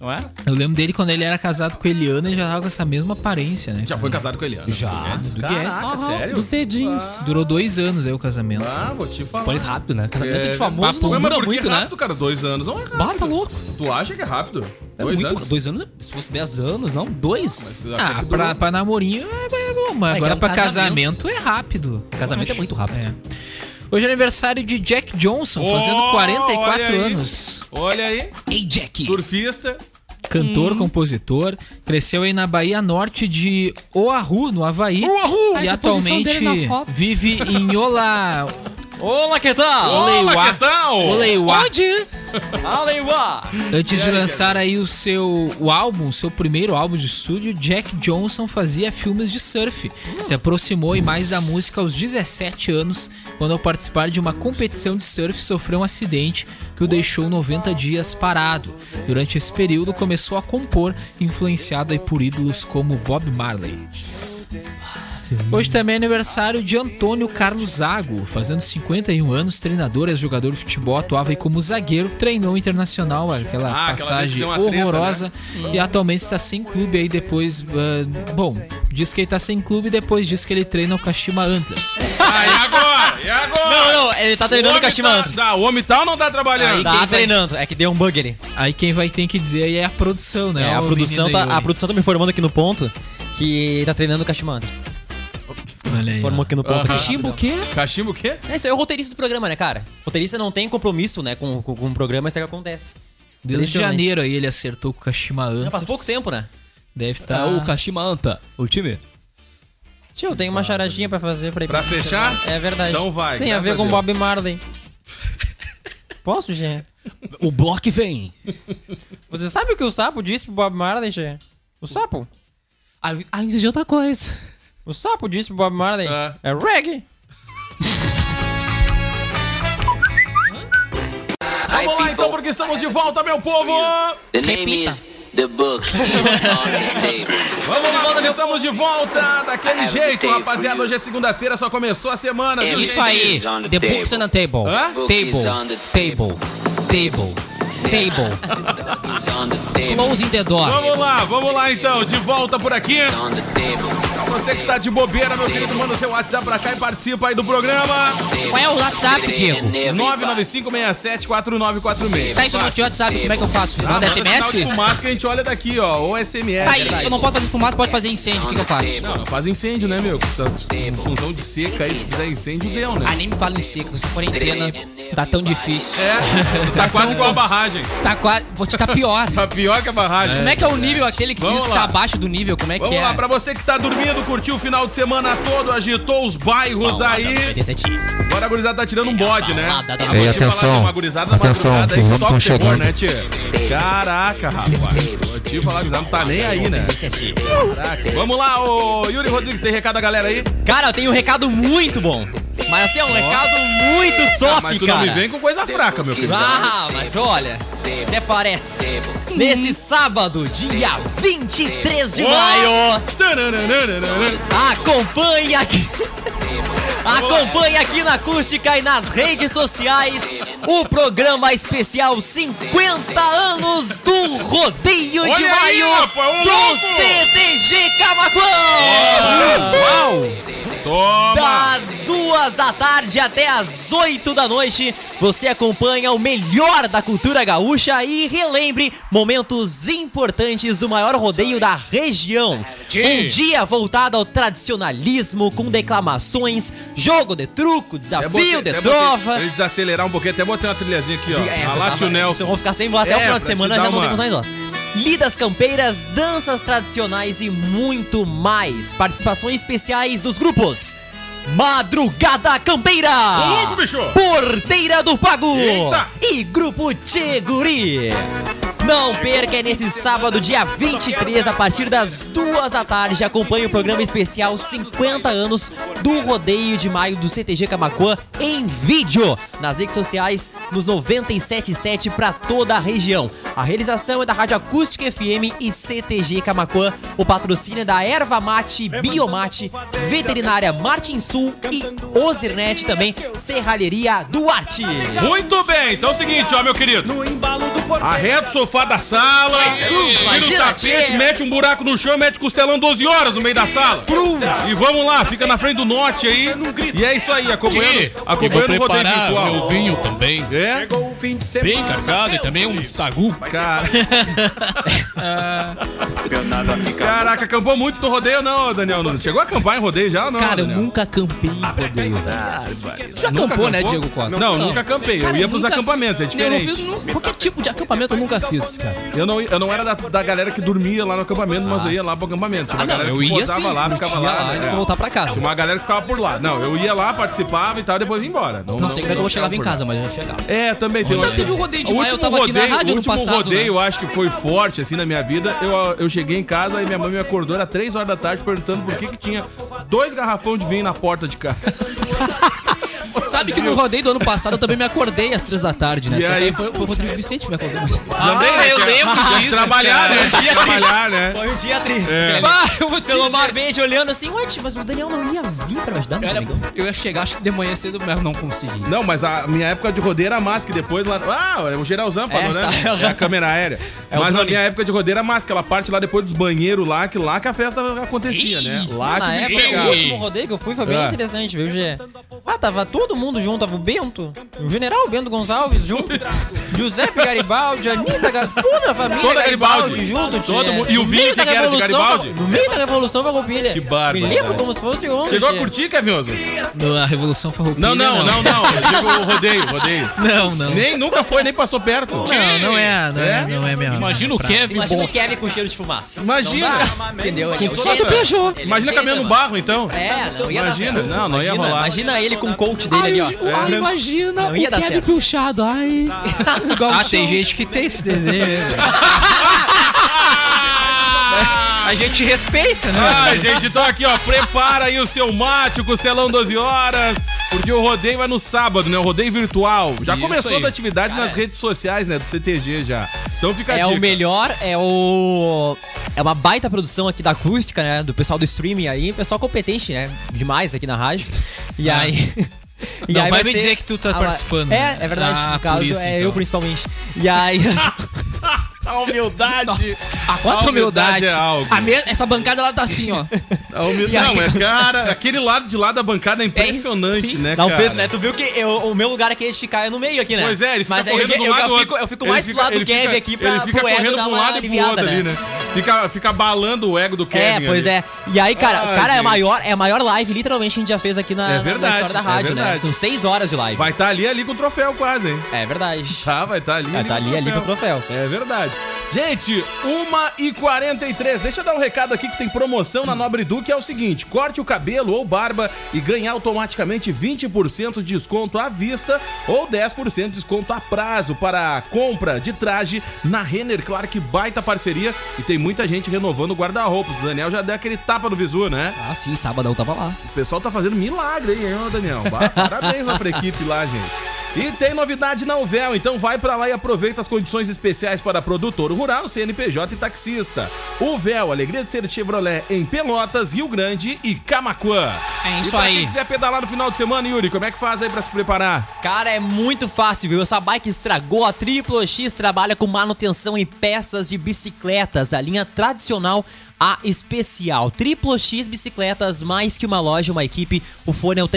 Speaker 12: Não é?
Speaker 8: Eu lembro dele quando ele era casado com a Eliana, ele já tava com essa mesma aparência, né?
Speaker 5: Já
Speaker 8: cara?
Speaker 5: foi casado com a Eliana.
Speaker 6: Já.
Speaker 5: Guedes.
Speaker 8: Do
Speaker 5: Caraca,
Speaker 8: Guedes.
Speaker 5: sério?
Speaker 10: Dos dedinhos.
Speaker 8: Durou dois anos aí o casamento.
Speaker 5: Ah, vou te falar.
Speaker 6: Foi rápido, né? Casamento de famoso
Speaker 5: papo,
Speaker 6: não
Speaker 5: mas
Speaker 6: dura
Speaker 5: por que
Speaker 6: muito, né?
Speaker 5: rápido, cara? Dois anos não é rápido.
Speaker 6: Bata tá louco.
Speaker 5: Tu acha que é rápido?
Speaker 6: É
Speaker 5: dois
Speaker 6: muito-
Speaker 5: anos?
Speaker 6: Dois anos? Se fosse dez anos, não? Dois?
Speaker 8: Ah, pra, pra namorinho é, é bom, mas
Speaker 6: É,
Speaker 8: agora
Speaker 6: é um
Speaker 8: pra
Speaker 6: casamento.
Speaker 8: casamento. é rápido.
Speaker 6: Casamento é muito rápido.
Speaker 8: Hoje é aniversário de Jack Johnson, fazendo
Speaker 5: Oh,
Speaker 8: 44
Speaker 5: olha aí.
Speaker 8: anos.
Speaker 5: Olha aí,
Speaker 6: Ei, Jack.
Speaker 5: surfista.
Speaker 8: Cantor,
Speaker 6: Hum.
Speaker 8: compositor. Cresceu aí na Bahia Norte de Oahu, no Havaí.
Speaker 10: Ah,
Speaker 8: E
Speaker 10: essa posição
Speaker 8: atualmente
Speaker 10: dele na foto.
Speaker 8: vive em Ola...
Speaker 7: Olá, que tal?
Speaker 5: Olá,
Speaker 8: Oleiwa.
Speaker 5: que tal?
Speaker 8: Oleiwa.
Speaker 10: Onde?
Speaker 7: Aleiwa!
Speaker 8: Antes de lançar aí o seu o álbum, seu primeiro álbum de estúdio, Jack Johnson fazia filmes de surf. Se aproximou e mais da música aos 17 anos, quando ao participar de uma competição de surf sofreu um acidente que o deixou 90 dias parado. Durante esse período começou a compor, influenciado aí por ídolos como Bob Marley. Hoje também é aniversário de Antônio Carlos Zago, fazendo 51 anos, treinador, ex-jogador de futebol, atuava aí como zagueiro, treinou o internacional, aquela
Speaker 5: Ah, aquela vez que
Speaker 8: passagem
Speaker 5: deu uma treta, né?
Speaker 8: horrorosa, e atualmente está sem clube aí depois. ah, bom, diz que ele está sem clube e depois diz que ele treina o Kashima Antlers.
Speaker 5: Ah, e agora? E agora?
Speaker 7: Não, não, ele tá
Speaker 5: O
Speaker 7: treinando
Speaker 5: homem
Speaker 7: o Kashima
Speaker 5: tá-
Speaker 7: Antlers.
Speaker 5: tá, o homem tal não tá trabalhando.
Speaker 7: Tá treinando, é que deu um bug ali.
Speaker 8: Aí quem vai ter que dizer aí é a produção, né?
Speaker 7: É, a
Speaker 8: O
Speaker 7: produção,
Speaker 8: menino
Speaker 7: tá,
Speaker 8: aí
Speaker 7: a
Speaker 8: hoje.
Speaker 7: produção tá me informando aqui no ponto que tá treinando o Kashima Antlers.
Speaker 8: Olha aí, ó.
Speaker 7: Informou aqui no ponto.
Speaker 5: Aham.
Speaker 6: Chimbo o quê?
Speaker 5: Cachimbo o quê?
Speaker 7: né, É isso aí, é o roteirista do programa, né, cara? Roteirista não tem compromisso, né, com, com, com o programa, isso é que acontece.
Speaker 8: Desde
Speaker 7: Impressionante.
Speaker 8: janeiro aí ele acertou com o Kashima Antlers.
Speaker 7: Já faz pouco tempo, né?
Speaker 8: Deve estar.
Speaker 10: É
Speaker 6: Tá, o Kashima Anta, o time.
Speaker 7: Tio, eu tenho uma charadinha pra fazer pra ir
Speaker 5: Pra fechar?
Speaker 7: É verdade.
Speaker 5: Então vai,
Speaker 7: Tem a
Speaker 5: graças
Speaker 7: ver
Speaker 5: a
Speaker 7: com
Speaker 5: Deus.
Speaker 7: Bob Marley. Posso, Gê?
Speaker 6: O Block vem.
Speaker 7: Você sabe o que o sapo disse pro Bob Marley, Gê? O sapo?
Speaker 12: Ah, ah, entendi outra coisa.
Speaker 7: O sapo disse pro Bob Marley.
Speaker 5: Ah.
Speaker 7: É reggae.
Speaker 12: É,
Speaker 5: Vamos lá então, porque estamos de volta, meu povo!
Speaker 13: The name is the book is on the table.
Speaker 5: Vamos lá, porque estamos de volta
Speaker 12: É,
Speaker 5: daquele
Speaker 13: Have a
Speaker 5: jeito,
Speaker 13: day for
Speaker 5: rapaziada.
Speaker 13: you.
Speaker 5: Hoje é segunda-feira, só começou a
Speaker 6: É
Speaker 5: semana, viu,
Speaker 13: Isso
Speaker 5: gente?
Speaker 13: aí.
Speaker 12: The books on the table.
Speaker 5: Hã?
Speaker 12: Table. Table. Table. Table.
Speaker 13: Is on the table.
Speaker 12: Closing the door.
Speaker 5: Vamos lá, vamos lá então, de volta por aqui.
Speaker 13: On the table.
Speaker 5: Você que tá de bobeira, meu querido, manda o seu WhatsApp pra cá e participa aí do programa.
Speaker 12: Qual é o WhatsApp, Diego?
Speaker 5: 995674946.
Speaker 12: Tá isso no teu WhatsApp, como é que eu faço? Manda
Speaker 5: Ah, sinal de
Speaker 12: SMS?
Speaker 5: fumaça que a gente olha daqui, ó, ou SMS.
Speaker 12: Tá isso, eu não posso fazer fumaça, pode fazer incêndio, o que, que eu faço?
Speaker 5: Não, não faz incêndio, né, meu? Essa função de seca aí, se fizer incêndio, deu, né?
Speaker 12: Anime fala em seco, se for em quarentena, tá tão difícil.
Speaker 5: É, tá quase igual a barragem.
Speaker 12: Tá quase. Vou te tá pior.
Speaker 5: Tá pior que a barragem.
Speaker 12: Como é que é o nível aquele que
Speaker 5: Vamos
Speaker 12: diz que
Speaker 5: lá.
Speaker 12: tá abaixo do nível? Como é que
Speaker 5: Vamos
Speaker 12: é?
Speaker 5: lá, pra você que tá dormindo, curtiu o final de semana todo, agitou os bairros aí. Agora a gurizada tá tirando um bode, né?
Speaker 12: Paulada da
Speaker 5: Eu
Speaker 12: Ei,
Speaker 5: vou te falar,
Speaker 14: atenção.
Speaker 5: tem uma gurizada na
Speaker 14: Atenção,
Speaker 5: madrugada aí
Speaker 14: que
Speaker 5: que
Speaker 14: vamos
Speaker 5: toca
Speaker 14: tão
Speaker 5: terror,
Speaker 14: chegando.
Speaker 5: né, tia? Caraca, rapaz. Vou te falar, a gurizada não tá nem aí, né? Caraca. Vamos lá, ô Yuri Rodrigues, tem recado da galera aí?
Speaker 7: Cara, eu tenho um recado muito bom. Mas assim, é um recado muito top,
Speaker 5: Tá, Mas tu não
Speaker 7: cara.
Speaker 5: me vem com né? coisa fraca, meu querido.
Speaker 7: Ah, mas olha, até parece. Nesse sábado, dia 23 de maio,
Speaker 5: Tananana.
Speaker 7: acompanhe aqui. Acompanhe aqui na acústica e nas redes sociais o programa especial 50 anos do Rodeio de
Speaker 5: Olha aí,
Speaker 7: Maio
Speaker 5: rapaz, ô
Speaker 7: do
Speaker 5: louco! É.
Speaker 7: CTG Camacuã.
Speaker 5: Toma!
Speaker 7: Das duas da tarde até as oito da noite, você acompanha o melhor da cultura gaúcha e relembre momentos importantes do maior rodeio da região. Um dia voltado ao tradicionalismo com declamações, jogo de truco,
Speaker 5: Até botei-
Speaker 7: desafio de
Speaker 5: até botei-
Speaker 7: trova.
Speaker 5: Pra gente desacelerar um pouquinho, até botei uma trilhazinha aqui, ó.
Speaker 7: É,
Speaker 5: a
Speaker 7: tá,
Speaker 5: Lácio
Speaker 7: mas se eu
Speaker 5: Nelson.
Speaker 7: vou ficar sem voar até
Speaker 5: É,
Speaker 7: o final
Speaker 5: pra
Speaker 7: de
Speaker 5: te
Speaker 7: semana,
Speaker 5: dar
Speaker 7: já não
Speaker 5: uma-
Speaker 7: tem condições nós. Lidas campeiras, danças tradicionais e muito mais. Participações especiais dos grupos. Madrugada Campeira!
Speaker 5: Ô, louco, bicho!
Speaker 7: Porteira do Pago!
Speaker 5: Eita!
Speaker 7: E Grupo Tcheguri! Não perca é nesse sábado, dia 23, a partir das duas da tarde. Acompanhe o programa especial 50 anos do Rodeio de Maio do CTG Camacuã em vídeo nas redes sociais, nos 97.7 para toda a região. A realização é da Rádio Acústica FM e CTG Camacuã. O patrocínio é da Erva Mate, Biomate, Veterinária Martin Sul e Ozernet também, Serralheria Duarte.
Speaker 5: Muito bem, então é o seguinte, ó, meu querido. Arreta o sofá da sala, tira o
Speaker 7: imagina,
Speaker 5: tapete,
Speaker 7: tchê.
Speaker 5: mete um buraco no chão, mete costelão 12 horas no meio da sala. E vamos lá, fica na frente do norte aí. E é isso aí, acompanhando, acompanhando o rodeio virtual.
Speaker 12: vinho também.
Speaker 5: É?
Speaker 12: Bem cargado e também um sagu.
Speaker 5: Cara. Caraca, acampou muito no rodeio, não, Daniel Nunes? Chegou a acampar em rodeio já ou não?
Speaker 6: Cara, eu
Speaker 5: Daniel?
Speaker 6: nunca acampei em rodeio. Tu já
Speaker 5: Nunca
Speaker 6: acampou, né,
Speaker 5: acampou?
Speaker 6: Diego Costa?
Speaker 5: Não, nunca acampei. Eu
Speaker 6: Cara,
Speaker 5: ia pros
Speaker 6: nunca-
Speaker 5: acampamentos, é
Speaker 6: Eu não
Speaker 5: diferente.
Speaker 6: fiz nu- qualquer tipo de acampamento, eu nunca fiz, cara.
Speaker 5: Eu não, eu não era da, da galera que dormia lá no acampamento, mas eu ia lá pro acampamento. Tinha uma
Speaker 6: Ah, não,
Speaker 5: galera
Speaker 6: eu
Speaker 5: que
Speaker 6: ia
Speaker 5: botava
Speaker 6: assim.
Speaker 5: lá, ficava lá.
Speaker 6: e
Speaker 5: né?
Speaker 6: vou voltar pra casa.
Speaker 5: Tinha uma galera que ficava por lá. Não, eu ia lá, participava e tal, depois ia embora.
Speaker 6: Não sei como é que eu vou chegar em casa, mas eu vou chegar.
Speaker 5: É, também tem.
Speaker 6: Sabe
Speaker 5: uma-
Speaker 6: que teve um rodeio de
Speaker 5: O
Speaker 6: maio, eu
Speaker 5: último
Speaker 6: tava aqui na
Speaker 5: rodeio-
Speaker 6: rádio
Speaker 5: O
Speaker 6: no
Speaker 5: último
Speaker 6: passado, né?
Speaker 5: rodeio, eu acho que foi forte, assim, na minha vida. Eu, eu cheguei em casa e minha mãe me acordou, era 3 horas da tarde, perguntando por que que tinha dois garrafão de vinho na porta de casa.
Speaker 6: Sabe que no rodeio do ano passado eu também me acordei às três da tarde, né?
Speaker 5: E
Speaker 6: Só que
Speaker 5: aí?
Speaker 6: aí foi, foi o Rodrigo Vicente que me acordou.
Speaker 5: Também, né? Tinha- tinha que Trabalhar, né? Tinha que Trabalhar, né?
Speaker 7: Foi um dia tri. Selomar
Speaker 6: Selomar
Speaker 7: Beijo olhando assim, ué, tio, mas o Daniel não ia vir pra me ajudar, não,
Speaker 6: Cara,
Speaker 7: amigão?
Speaker 6: eu ia chegar, acho que de manhã cedo, mas não consegui.
Speaker 5: Não, mas a minha época de rodeio era máscara, que depois lá. Ah, é o geralzão falou, né? É a câmera aérea. mas a minha época de rodeio era máscara, aquela parte lá depois dos banheiros lá, que lá que a festa acontecia, né? Lá
Speaker 7: Na
Speaker 5: que
Speaker 7: época,
Speaker 5: despegar.
Speaker 7: o último rodeio que eu fui foi bem
Speaker 5: Ah.
Speaker 7: interessante, viu, Gê? Ah, tava todo mundo junto, tava o Bento, O general Bento Gonçalves junto. Giuseppe Garibaldi, Anitta Garibaldi, toda a família
Speaker 5: Toda Garibaldi.
Speaker 7: junto,
Speaker 5: Todo
Speaker 7: tchê.
Speaker 5: mundo- e o
Speaker 7: No
Speaker 5: vinho
Speaker 7: meio
Speaker 5: que
Speaker 7: da
Speaker 5: que era de
Speaker 7: Revolução,
Speaker 5: Garibaldi?
Speaker 7: No meio da Revolução Farroupilha.
Speaker 5: Que bárbaro,
Speaker 7: Me lembro
Speaker 5: cara.
Speaker 7: como se fosse ontem.
Speaker 5: Chegou a
Speaker 7: tchê.
Speaker 5: curtir, Caminhoso?
Speaker 8: Da Revolução Farroupilha.
Speaker 5: Não, não, não, não. Eu digo o rodeio, rodeio.
Speaker 8: Não, não.
Speaker 5: Nem nunca foi, nem passou perto.
Speaker 8: Não, não
Speaker 5: Ah,
Speaker 8: é, não é, não é mesmo.
Speaker 12: Imagina o Kevin.
Speaker 7: Imagina o Kevin com cheiro de fumaça.
Speaker 5: Imagina.
Speaker 7: Não dá, Entendeu? Ele é um
Speaker 5: Só do
Speaker 7: gênio,
Speaker 10: Peugeot.
Speaker 7: mano. Ele é um
Speaker 5: Imagina
Speaker 7: gênio,
Speaker 5: caminhando no
Speaker 7: mano.
Speaker 5: barro, então.
Speaker 7: É, não ia
Speaker 5: Imagina,
Speaker 7: dar certo.
Speaker 5: não, não ia
Speaker 7: imagina,
Speaker 5: rolar. É.
Speaker 7: imagina ele com o coach
Speaker 10: Ai,
Speaker 7: dele ali,
Speaker 10: o- ai,
Speaker 7: ó.
Speaker 10: imagina
Speaker 7: Não
Speaker 10: o
Speaker 7: ia dar
Speaker 10: Kevin
Speaker 7: certo.
Speaker 10: Pilchado. Ai. O
Speaker 8: Ah,
Speaker 10: gauchão.
Speaker 8: tem gente que tem esse desejo. A gente respeita, né?
Speaker 5: Ai, gente, então aqui, ó, prepara aí o seu mate, o costelão 12 horas, porque o rodeio é no sábado, né? O rodeio virtual. Já
Speaker 12: Isso
Speaker 5: começou
Speaker 12: aí.
Speaker 5: as atividades nas redes sociais, né, do CTG já. Então fica a
Speaker 7: É
Speaker 5: dica.
Speaker 7: o melhor, é o. É uma baita produção aqui da acústica, né? Do pessoal do streaming aí. Pessoal competente, né? Demais aqui na rádio. E
Speaker 5: Ah.
Speaker 7: aí. E
Speaker 8: Não, vai me
Speaker 7: ser-
Speaker 8: dizer que tu tá
Speaker 7: Ah, vai-
Speaker 8: participando,
Speaker 7: É,
Speaker 8: né?
Speaker 7: é verdade.
Speaker 8: Ah,
Speaker 7: no
Speaker 8: por
Speaker 7: caso,
Speaker 8: isso,
Speaker 7: é
Speaker 8: então.
Speaker 7: eu principalmente. E aí.
Speaker 5: A humildade.
Speaker 6: Ah, quanta
Speaker 5: A humildade
Speaker 6: humildade.
Speaker 5: é algo.
Speaker 6: A me- Essa bancada ela tá assim, ó.
Speaker 5: A humil- Não, é, cara, aquele lado de lá da bancada é impressionante, né,
Speaker 7: Dá
Speaker 5: cara?
Speaker 7: um peso, né? Tu viu que eu- o meu lugar aqui é de ficar é no meio aqui, né?
Speaker 5: Pois é, ele fica
Speaker 7: Mas aí eu,
Speaker 5: correndo
Speaker 7: eu,
Speaker 5: de um lado
Speaker 7: eu,
Speaker 5: ao
Speaker 7: fico,
Speaker 5: outro.
Speaker 7: eu fico
Speaker 5: Ele
Speaker 7: mais pro lado do
Speaker 5: ele fica-
Speaker 7: Kevin aqui pra
Speaker 5: Ele fica
Speaker 7: pro ego
Speaker 5: correndo
Speaker 7: dar
Speaker 5: pra um
Speaker 7: uma
Speaker 5: lado e pro
Speaker 7: aliviada,
Speaker 5: outro ali,
Speaker 7: né?
Speaker 5: né? Fica, fica abalando o ego do Kevin.
Speaker 7: É, pois
Speaker 5: ali.
Speaker 7: é. E aí, cara,
Speaker 5: Ai,
Speaker 7: cara, é a
Speaker 5: gente.
Speaker 7: maior, é a maior live, literalmente, que a gente já fez aqui na,
Speaker 5: É
Speaker 7: na
Speaker 5: verdade,
Speaker 7: história da
Speaker 5: é
Speaker 7: rádio, né?
Speaker 5: verdade.
Speaker 7: São seis horas de live.
Speaker 5: Vai estar ali, ali com o troféu quase, hein?
Speaker 7: É verdade.
Speaker 5: Tá, vai estar ali.
Speaker 7: Vai tá ali, ali com o troféu.
Speaker 5: É verdade. Gente, 1h43. Deixa eu dar um recado aqui que tem promoção na Nobre Duque. É o seguinte: corte o cabelo ou barba e ganhe automaticamente 20% de desconto à vista ou 10% de desconto a prazo para a compra de traje na Renner. Claro que baita parceria e tem muita gente renovando o guarda-roupas. O Daniel já deu aquele tapa no visu, né?
Speaker 6: Ah, sim, sabadão tava lá.
Speaker 5: O pessoal tá fazendo milagre, hein, ô, Daniel? Bah, Parabéns lá pra equipe lá, gente. E tem novidade na Uvel, então vai pra lá e aproveita as condições especiais para produtor rural, CNPJ e taxista. Uvel, alegria de ser Chevrolet em Pelotas, Rio Grande e Camacuã.
Speaker 12: É
Speaker 5: e
Speaker 12: isso
Speaker 5: pra
Speaker 12: aí.
Speaker 5: quem quiser pedalar no final de semana, Yuri, como é que faz aí pra se preparar?
Speaker 7: Cara, é muito fácil, viu? Essa bike estragou. A Triplo X trabalha com manutenção em peças de bicicletas, da linha tradicional à especial. Triplo X Bicicletas, mais que uma loja, uma equipe. O fone é o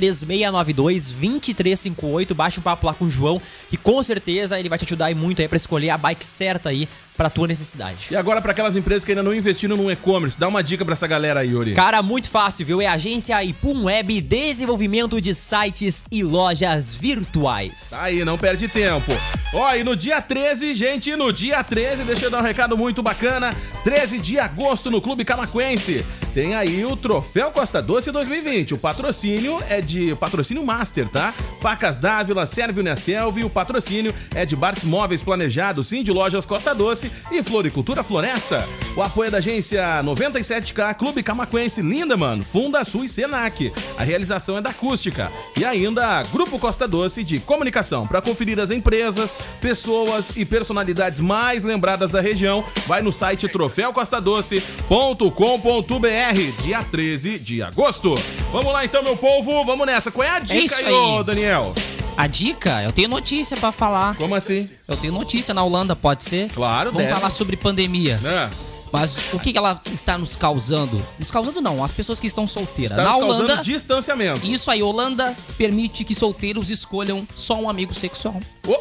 Speaker 7: 3692-2358. Baixa um papo lá com o João, que com certeza ele vai te ajudar aí muito aí pra escolher a bike certa aí pra tua necessidade.
Speaker 5: E agora pra aquelas empresas que ainda não investiram no e-commerce, dá uma dica pra essa galera aí, Yuri.
Speaker 7: Cara, muito fácil, viu? É a agência Ipum Web Desenvolvimento de Sites e Lojas Virtuais.
Speaker 5: Tá Aí, não perde tempo. Ó, e no dia 13, gente, no dia 13, deixa eu dar um recado muito bacana. 13 de agosto no Clube Camaquense. Tem aí o Troféu Costa Doce 2020. O patrocínio é de patrocínio Master, tá? Facas Dávila, Sérvio Nesselv e o patrocínio é de Bartes Móveis Planejados, Sim de Lojas Costa Doce e Floricultura Floresta. O apoio é da agência 97K, Clube Camaquense, Lindaman, Funda Sul e Senac. A realização é da Acústica e ainda Grupo Costa Doce de Comunicação. Para conferir as empresas, pessoas e personalidades mais lembradas da região, vai no site troféucostadoce.com.br, dia 13 de agosto. Vamos lá então, meu povo, vamos nessa. Qual é a dica
Speaker 10: isso
Speaker 5: aí,
Speaker 10: aí.
Speaker 5: ô Daniel?
Speaker 10: A dica, eu tenho notícia pra falar.
Speaker 5: Como assim?
Speaker 10: Eu tenho notícia na Holanda, pode ser?
Speaker 5: Claro,
Speaker 10: Vamos
Speaker 5: deve.
Speaker 10: falar sobre pandemia.
Speaker 5: Né?
Speaker 10: Mas o que que ela está nos causando? Nos causando não, as pessoas que estão solteiras.
Speaker 5: Tá
Speaker 10: na
Speaker 5: nos causando
Speaker 10: Holanda,
Speaker 5: distanciamento.
Speaker 10: isso aí, Holanda permite que solteiros escolham só um amigo sexual.
Speaker 5: Ô,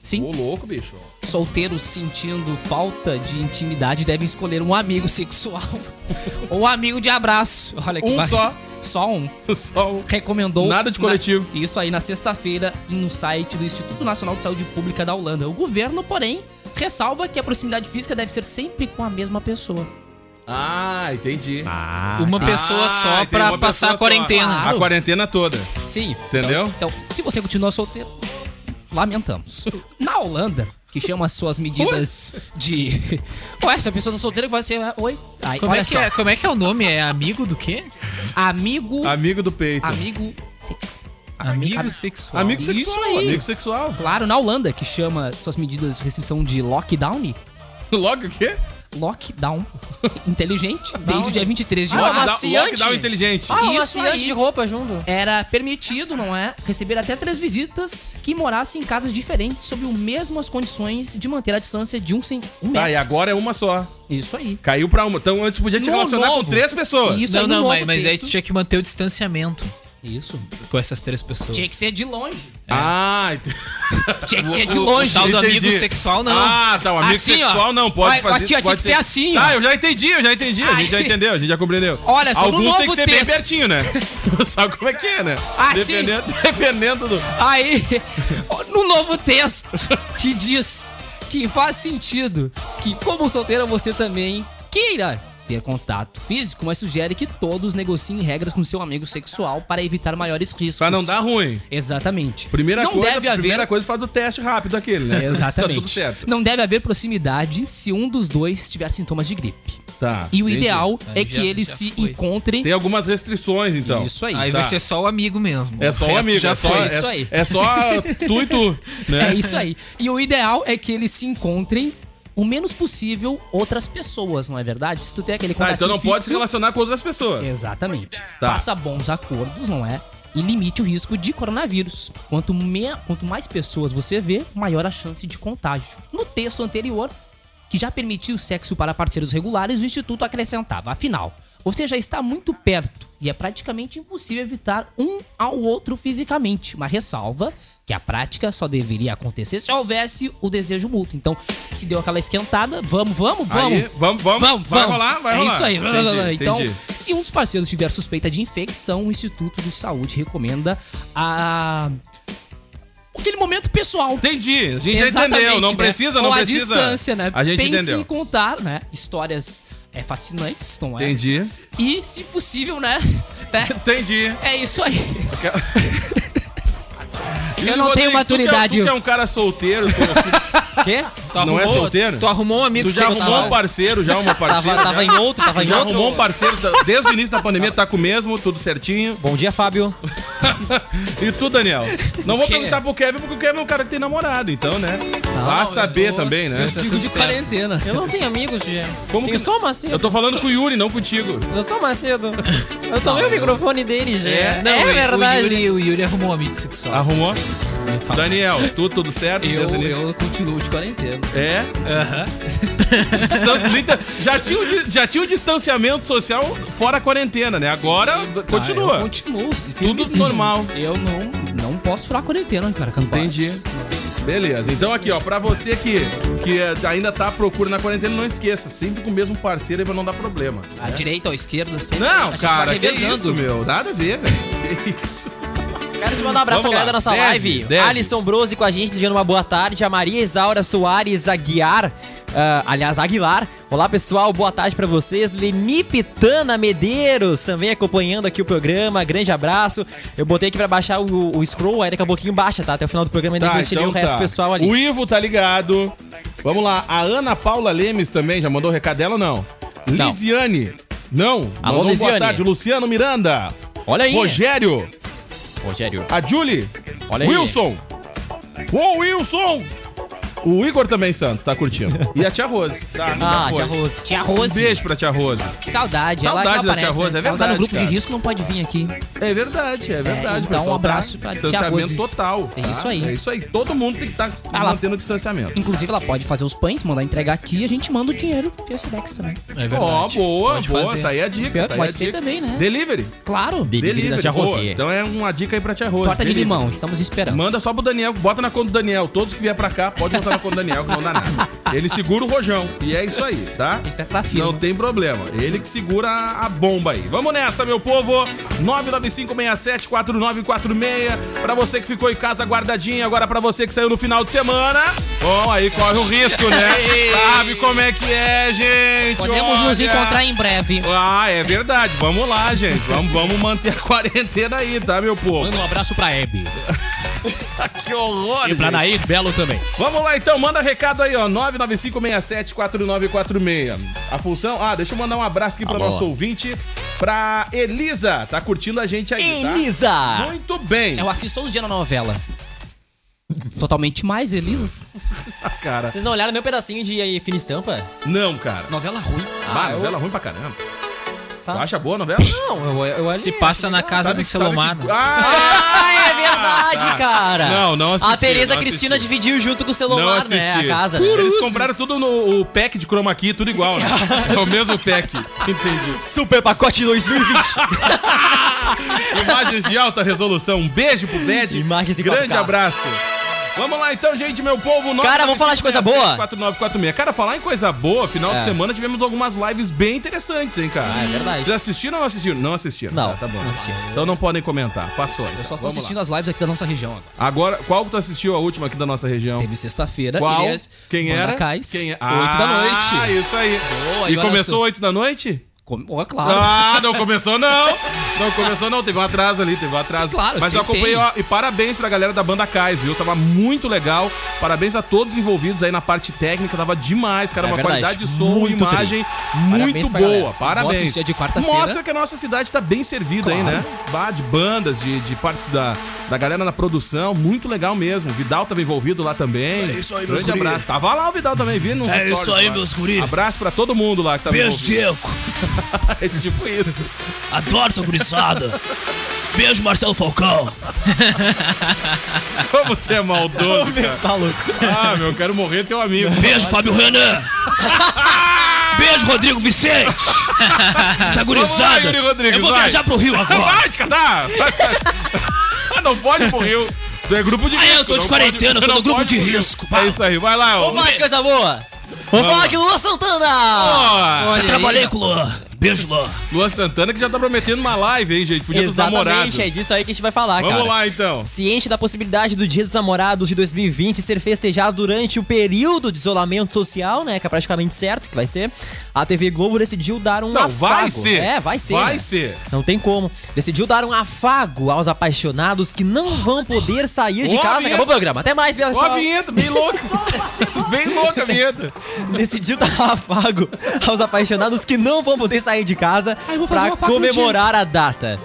Speaker 10: Sim,
Speaker 5: ô, louco, bicho.
Speaker 10: solteiros sentindo falta de intimidade devem escolher um amigo sexual ou um amigo de abraço. Olha que
Speaker 5: Um
Speaker 10: ba-
Speaker 5: só.
Speaker 10: Só um.
Speaker 5: Só o-
Speaker 10: recomendou.
Speaker 5: Nada de
Speaker 10: na-
Speaker 5: coletivo.
Speaker 10: isso aí, na sexta-feira, em um site do Instituto Nacional de Saúde Pública da Holanda. O governo, porém, ressalva que a proximidade física deve ser sempre com a mesma pessoa.
Speaker 5: Ah, entendi.
Speaker 8: Uma Ah,
Speaker 5: Ah,
Speaker 8: pessoa só Ah, pra passar a quarentena.
Speaker 5: A quarentena toda.
Speaker 10: Sim.
Speaker 5: Entendeu?
Speaker 10: Então, se você continua solteiro, lamentamos. Na Holanda, que chama as suas medidas de. Ué, se a pessoa tá solteira, vai ser. Oi? Aí,
Speaker 8: Como
Speaker 10: olha
Speaker 8: é, que
Speaker 10: só.
Speaker 8: é, como é que é o nome? É amigo do quê?
Speaker 10: Amigo.
Speaker 5: Amigo do peito.
Speaker 10: Amigo.
Speaker 8: Amigo
Speaker 10: Ami-
Speaker 8: sexual.
Speaker 5: Amigo
Speaker 10: Isso
Speaker 5: sexual.
Speaker 10: aí.
Speaker 5: Amigo sexual.
Speaker 10: Claro, na Holanda, que chama suas medidas de restrição de lockdown.
Speaker 5: Logo o quê?
Speaker 10: Lockdown. Inteligente. desde o dia 23 de
Speaker 7: Ah,
Speaker 10: março.
Speaker 7: maciante.
Speaker 5: Lockdown inteligente.
Speaker 7: Ah, um
Speaker 10: Isso
Speaker 7: maciante
Speaker 10: aí.
Speaker 7: de roupa junto.
Speaker 10: Era permitido, não é? Receber até três visitas que morassem em casas diferentes sob as mesmas condições de manter a distância de um, cen... um
Speaker 5: Tá, e
Speaker 10: metro.
Speaker 5: agora é uma só.
Speaker 10: Isso aí.
Speaker 5: Caiu pra uma. Então antes podia te
Speaker 10: No
Speaker 5: relacionar
Speaker 10: novo.
Speaker 5: com três pessoas.
Speaker 10: Isso aí
Speaker 8: Não,
Speaker 10: no
Speaker 8: não,
Speaker 10: novo
Speaker 8: mas, mas aí
Speaker 10: texto.
Speaker 8: tu tinha que manter o distanciamento.
Speaker 10: Isso.
Speaker 8: com essas três pessoas.
Speaker 10: Tinha que ser de longe.
Speaker 5: Ah, ent-
Speaker 10: Tinha que ser de
Speaker 5: O- o-
Speaker 10: longe.
Speaker 5: o
Speaker 8: tal do amigo
Speaker 5: entendi.
Speaker 8: sexual, não.
Speaker 5: Ah, tá. O amigo
Speaker 10: Assim, ó.
Speaker 5: sexual não pode
Speaker 10: Aqui,
Speaker 5: fazer.
Speaker 10: ó, tinha
Speaker 5: pode
Speaker 10: que ser assim, ó.
Speaker 5: Ah, eu já entendi, eu já entendi. A
Speaker 10: Ai.
Speaker 5: gente já entendeu, a gente já compreendeu.
Speaker 10: Olha só, no
Speaker 5: Alguns tem que
Speaker 10: novo
Speaker 5: ser bem
Speaker 10: texto.
Speaker 5: pertinho, né? Sabe como é que é, né?
Speaker 10: Assim.
Speaker 5: dependendo, dependendo do.
Speaker 10: Aí, no novo texto que diz que faz sentido que, como solteira, você também queira ter contato físico, mas sugere que todos negociem regras com seu amigo sexual para evitar maiores riscos.
Speaker 5: Pra não dar ruim.
Speaker 10: Exatamente.
Speaker 5: Primeira
Speaker 10: não
Speaker 5: coisa,
Speaker 10: deve haver
Speaker 5: primeira coisa faz o teste rápido aquele, né?
Speaker 10: Exatamente.
Speaker 5: Tá tudo certo.
Speaker 10: Não deve haver proximidade se um dos dois tiver sintomas de gripe.
Speaker 5: Tá.
Speaker 10: E o
Speaker 5: entendi.
Speaker 10: ideal é
Speaker 8: Aí
Speaker 10: que
Speaker 8: já-
Speaker 10: eles
Speaker 8: já
Speaker 10: se
Speaker 8: foi.
Speaker 10: encontrem.
Speaker 5: Tem algumas restrições, então.
Speaker 10: Isso aí.
Speaker 8: Aí
Speaker 5: Tá.
Speaker 8: vai ser só o amigo mesmo.
Speaker 5: É só
Speaker 8: o
Speaker 5: um
Speaker 8: resto
Speaker 5: amigo,
Speaker 8: já
Speaker 5: é só,
Speaker 8: foi.
Speaker 5: é,
Speaker 10: isso aí.
Speaker 5: é só tu e tu, né?
Speaker 10: É isso aí. E o ideal é que eles se encontrem o menos possível outras pessoas, não é verdade? Se tu tem aquele
Speaker 5: Tá,
Speaker 10: contato.
Speaker 5: então não pode se relacionar com outras pessoas.
Speaker 10: É, Exatamente.
Speaker 5: Tá.
Speaker 10: Faça bons acordos, não é? E limite o risco de coronavírus. Quanto, me... Quanto mais pessoas você vê, maior a chance de contágio. No texto anterior, que já permitiu o sexo para parceiros regulares, o Instituto acrescentava: afinal, você já está muito perto e é praticamente impossível evitar um ao outro fisicamente. Uma ressalva que a prática só deveria acontecer se houvesse o desejo mútuo. Então, se deu aquela esquentada, vamos, vamos, vamos.
Speaker 5: Aí, vamos, vamos, vai rolar, vai
Speaker 10: é
Speaker 5: rolar.
Speaker 10: isso aí.
Speaker 5: Entendi,
Speaker 10: então,
Speaker 5: entendi.
Speaker 10: se um dos parceiros tiver suspeita de infecção, o Instituto de Saúde recomenda a aquele momento pessoal.
Speaker 5: Entendi, a gente já
Speaker 10: Exatamente,
Speaker 5: entendeu. Não
Speaker 10: né?
Speaker 5: precisa, não
Speaker 10: Ou
Speaker 5: precisa.
Speaker 10: A distância, né?
Speaker 5: A gente
Speaker 10: Pense
Speaker 5: entendeu.
Speaker 10: em contar, né? Histórias é, fascinantes, não é?
Speaker 5: Entendi.
Speaker 10: E, se possível, né? É,
Speaker 5: Entendi.
Speaker 10: é isso aí.
Speaker 5: E,
Speaker 10: Eu não
Speaker 5: Rodrigo,
Speaker 10: tenho
Speaker 5: Tu
Speaker 10: maturidade.
Speaker 5: que é, tu que é um cara solteiro, tu,
Speaker 7: Quê?
Speaker 5: não é
Speaker 8: Tu Tá arrumou-
Speaker 5: solteiro?
Speaker 8: Tu arrumou um amigo
Speaker 5: tu já arrumou um
Speaker 8: sexual.
Speaker 5: parceiro, já uma parceira.
Speaker 7: Tava, tava em outro, tava em
Speaker 5: já
Speaker 7: outro.
Speaker 5: arrumou um parceiro tá- desde o início da pandemia, tá com o mesmo, tudo certinho.
Speaker 7: Bom dia, Fábio.
Speaker 5: E tu, Daniel? Não vou
Speaker 10: quê?
Speaker 5: perguntar pro Kevin, porque o Kevin é um cara que tem namorado, então, né? Vá saber também, né?
Speaker 10: Sigo de
Speaker 8: certo.
Speaker 10: quarentena.
Speaker 7: Eu não tenho amigos, Jean.
Speaker 5: Como
Speaker 7: eu
Speaker 5: que-
Speaker 7: sou
Speaker 5: Eu
Speaker 7: Macedo.
Speaker 5: tô falando com o Yuri, não contigo.
Speaker 7: Eu sou Macedo. Eu tomei o microfone dele, Jean. É,
Speaker 8: Não, o-
Speaker 7: verdade.
Speaker 8: O Yuri, o Yuri arrumou um amigo sexual.
Speaker 5: Arrumou?
Speaker 8: Ele fala-
Speaker 5: Daniel, tu tudo certo?
Speaker 10: Eu,
Speaker 5: desde o início?
Speaker 10: eu continuo de quarentena.
Speaker 5: É? Distan- liter- já, tinha o, di- já tinha o distanciamento social fora a quarentena, né? Agora
Speaker 10: Ah, eu
Speaker 5: continua.
Speaker 10: continuo.
Speaker 5: Tudo
Speaker 10: firmezinho.
Speaker 5: normal.
Speaker 10: Eu não, não posso furar a quarentena, cara. Quando
Speaker 5: Entendi. Beleza. Então aqui, ó, pra você que, que eh, ainda tá à procura na quarentena, não esqueça, sempre com o mesmo parceiro aí pra não dar problema.
Speaker 10: À direita ou à esquerda, sempre.
Speaker 5: Não,
Speaker 7: tá
Speaker 10: gente
Speaker 5: cara,
Speaker 10: vai
Speaker 5: que
Speaker 10: revezando.
Speaker 5: isso, meu. Nada a ver, velho. Que isso.
Speaker 7: Quero te mandar um abraço
Speaker 5: Vamos
Speaker 7: pra galera
Speaker 5: lá,
Speaker 7: da nossa
Speaker 5: deve,
Speaker 7: live.
Speaker 5: deve.
Speaker 7: Alisson Brose com a gente, desejando uma boa tarde. A Maria Isaura Soares Aguiar. ah, aliás, Aguilar. Olá, pessoal. Boa tarde pra vocês. Leni Pitana Medeiros também acompanhando aqui o programa. Grande abraço. Eu botei aqui pra baixar o, o scroll, aí daqui a pouquinho baixa, tá? Até o final do programa ainda
Speaker 5: Tá,
Speaker 7: tá, o resto do
Speaker 5: tá.
Speaker 7: pessoal ali.
Speaker 5: O Ivo tá ligado. Vamos lá. A Ana Paula Lemes também já mandou o recado dela ou não?
Speaker 7: Não.
Speaker 5: Lisiane. Não.
Speaker 7: Alô,
Speaker 5: Mandou um Boa
Speaker 7: Lisiane.
Speaker 5: tarde. Luciano Miranda.
Speaker 7: Olha aí.
Speaker 5: Rogério.
Speaker 7: Rogério.
Speaker 5: A Julie.
Speaker 7: Olha aí.
Speaker 5: Wilson. Ô, Wilson. O Igor também Santos tá curtindo. E a tia Rose. Tá,
Speaker 7: Ah,
Speaker 5: já
Speaker 7: tia
Speaker 5: foi.
Speaker 7: Rose.
Speaker 5: Um
Speaker 10: Tia Rose,
Speaker 5: beijo pra tia Rose.
Speaker 10: que saudade. ela
Speaker 5: Saudade
Speaker 10: não
Speaker 5: da
Speaker 10: aparece,
Speaker 5: tia Rose,
Speaker 10: né?
Speaker 5: é
Speaker 10: Ela tá
Speaker 5: verdade,
Speaker 10: no grupo
Speaker 5: cara.
Speaker 10: de risco, não pode vir aqui.
Speaker 5: É verdade, é verdade.
Speaker 10: então, um
Speaker 5: pessoal, tá?
Speaker 10: abraço pra tia
Speaker 5: Distanciamento
Speaker 10: Rose.
Speaker 5: total.
Speaker 10: É
Speaker 5: tá?
Speaker 10: isso aí.
Speaker 5: É isso aí. Todo mundo tem que estar
Speaker 10: Ah lá.
Speaker 5: mantendo o distanciamento.
Speaker 10: Inclusive, ela pode fazer os pães, mandar entregar aqui e a gente manda o dinheiro via Sedex também.
Speaker 8: É verdade.
Speaker 5: Ó, boa,
Speaker 8: Pode
Speaker 5: boa.
Speaker 8: fazer.
Speaker 5: Tá aí a dica.
Speaker 10: Pode
Speaker 5: tá aí a
Speaker 10: ser
Speaker 5: dica.
Speaker 10: também, né?
Speaker 5: Delivery.
Speaker 10: Claro.
Speaker 7: Delivery da Tia
Speaker 5: boa.
Speaker 7: Rosier.
Speaker 5: Então é uma dica aí pra Tia Rose.
Speaker 10: Torta de
Speaker 5: Delivery.
Speaker 10: limão, estamos esperando.
Speaker 5: Manda só pro Daniel, bota na conta do Daniel. Todos que vier pra cá, pode botar na conta do Daniel, que não dá nada. Ele segura o rojão. E é isso aí, tá?
Speaker 10: Isso é pra
Speaker 5: Não
Speaker 10: firma.
Speaker 5: tem problema. Ele que segura a a bomba aí. Vamos nessa, meu povo. 995674946. Pra você que ficou em casa guardadinho, agora pra você que saiu no final de semana. Bom, aí corre o risco, né? Sabe como é que é, gente?
Speaker 10: Podemos nos
Speaker 5: Olha.
Speaker 10: encontrar em breve.
Speaker 5: Ah, é verdade. Vamos lá, gente. Vamos, vamos manter a quarentena aí, tá, meu povo?
Speaker 12: Manda um abraço pra Hebe.
Speaker 5: Que horror,
Speaker 12: E pra Nair Belo também.
Speaker 5: Vamos lá então, manda recado aí, ó. 995674946. A função. Ah, deixa eu mandar um abraço aqui pra
Speaker 12: Alô.
Speaker 5: nosso ouvinte, pra Elisa. Tá curtindo a gente aí, tá?
Speaker 7: Elisa! É
Speaker 5: Muito bem.
Speaker 10: Eu assisto todo dia na novela. Totalmente mais, Elisa.
Speaker 5: Ah, cara.
Speaker 7: Vocês não olharam meu pedacinho de aí, fina estampa?
Speaker 5: Não, cara.
Speaker 10: Novela ruim.
Speaker 5: Ah, novela ruim pra caramba.
Speaker 7: Tá.
Speaker 5: Tu acha boa a novela?
Speaker 7: Não, eu, assim, né? eu
Speaker 8: Se passa na casa
Speaker 5: Sabe
Speaker 8: do
Speaker 5: que- sabe
Speaker 8: Selomar.
Speaker 5: que-
Speaker 8: né?
Speaker 5: Ah,
Speaker 7: Ah, é verdade, cara.
Speaker 5: Não, não assisti,
Speaker 7: A Tereza
Speaker 5: não
Speaker 7: Cristina
Speaker 5: assisti.
Speaker 7: dividiu junto com o
Speaker 5: Não
Speaker 7: celular,
Speaker 5: assisti.
Speaker 7: né? A casa. né?
Speaker 5: Eles compraram tudo no o pack de chroma key, tudo igual, né? É o mesmo pack. Entendi.
Speaker 7: Super pacote 2020.
Speaker 5: Imagens de alta resolução. Um beijo pro Bad.
Speaker 7: Imagens de
Speaker 5: Grande
Speaker 7: 4K.
Speaker 5: abraço. Vamos lá então, gente, meu povo.
Speaker 7: Cara, vamos falar de coisa boa? É.
Speaker 5: 4946. Cara, falar em coisa boa, final de semana tivemos algumas lives bem interessantes, hein, cara?
Speaker 7: Ah, é verdade.
Speaker 5: Vocês assistiram ou não assistiram? Não assistiram.
Speaker 7: Não,
Speaker 5: Ah, tá bom.
Speaker 7: não assistiram.
Speaker 5: Então não podem comentar. Passou aí.
Speaker 6: Eu só tô assistindo as lives aqui da nossa região agora.
Speaker 5: Agora, qual que tu assistiu a última aqui da nossa região?
Speaker 6: Teve sexta-feira.
Speaker 5: Qual?
Speaker 6: Elias-
Speaker 5: Quem
Speaker 6: Banda
Speaker 5: era?
Speaker 6: Cais,
Speaker 5: Quem é?
Speaker 6: Oito da noite.
Speaker 5: Ah, isso aí.
Speaker 6: Boa,
Speaker 5: e
Speaker 6: agora
Speaker 5: começou
Speaker 6: sou-
Speaker 5: oito da noite?
Speaker 6: Com- Ó, claro.
Speaker 5: Ah, não começou não. Não começou não, teve um atraso ali, teve um atraso.
Speaker 6: Sim, claro,
Speaker 5: Mas eu
Speaker 6: sempre
Speaker 5: acompanhei,
Speaker 6: tem.
Speaker 5: ó, e parabéns pra galera da banda Cais, viu? Tava muito legal. Parabéns a todos os envolvidos aí na parte técnica, tava demais, cara,
Speaker 7: É
Speaker 5: uma
Speaker 7: verdade,
Speaker 5: qualidade de som,
Speaker 7: muito
Speaker 5: imagem muito
Speaker 6: Parabéns pra
Speaker 5: boa.
Speaker 6: galera.
Speaker 5: Parabéns.
Speaker 6: Mostra isso é de quarta-feira.
Speaker 5: Mostra que a nossa cidade tá bem servida aí, né? Bah, de bandas, de, de parte da, da galera na produção, muito legal mesmo. O Vidal tava envolvido lá também. É
Speaker 3: isso aí, meus
Speaker 5: Grande
Speaker 3: guri.
Speaker 5: abraço. Tava lá o Vidal também, viu? Nos
Speaker 3: É isso
Speaker 5: stories
Speaker 3: aí,
Speaker 5: lá.
Speaker 3: meus guri.
Speaker 5: Abraço pra todo mundo lá que tava
Speaker 3: Beijo,
Speaker 5: envolvido.
Speaker 3: Diego.
Speaker 5: É tipo isso.
Speaker 3: Adoro essa gurizada. Beijo, Marcelo Falcão.
Speaker 5: Como tu é maldoso, cara.
Speaker 7: Tá louco.
Speaker 5: Ah, meu, eu quero morrer teu amigo.
Speaker 3: Beijo, Fábio Renan. Beijo, Rodrigo Vicente. Essa
Speaker 5: Vamos lá, Yuri
Speaker 3: gurizada.
Speaker 5: Rodrigues,
Speaker 3: Eu vou
Speaker 5: vai.
Speaker 3: viajar pro Rio agora.
Speaker 5: Vai te catar! Ah, não pode morrer. Tu é grupo de
Speaker 3: Ah,
Speaker 5: risco.
Speaker 3: eu tô de
Speaker 5: não
Speaker 3: quarentena, eu tô
Speaker 5: não
Speaker 3: no grupo
Speaker 5: pode
Speaker 3: de
Speaker 5: morrer.
Speaker 3: risco, pá.
Speaker 5: É isso aí, vai lá. ó.
Speaker 7: Vamos falar de coisa boa. Vamos falar de Lua Santana.
Speaker 5: Ó,
Speaker 10: Olha aí,
Speaker 3: Trabalhei com o Luan. Beijo, Luan.
Speaker 5: Luan Santana que já tá prometendo uma live, hein, gente? Podia dos namorados.
Speaker 7: Exatamente, é disso aí que a gente vai falar,
Speaker 5: Vamos
Speaker 7: cara.
Speaker 5: lá, então.
Speaker 7: Ciente da possibilidade do Dia dos Namorados de 2020 ser festejado durante o período de isolamento social, né? Que é praticamente certo que vai ser, a TV Globo decidiu dar um
Speaker 5: Não,
Speaker 7: afago.
Speaker 5: vai ser.
Speaker 7: É, vai ser.
Speaker 5: Vai
Speaker 7: né?
Speaker 5: ser.
Speaker 7: Não tem como. Decidiu dar um afago aos apaixonados que não vão poder sair de
Speaker 5: Ó a
Speaker 7: casa.
Speaker 5: vinheta.
Speaker 7: Acabou o programa. Até mais,
Speaker 3: É
Speaker 5: Ó a
Speaker 7: pessoal.
Speaker 5: vinheta, bem louca. bem louca a vinheta.
Speaker 7: Decidiu dar um afago aos apaixonados que não vão poder sair de casa
Speaker 10: eu vou fazer um
Speaker 7: pra
Speaker 10: afago no
Speaker 7: comemorar a data.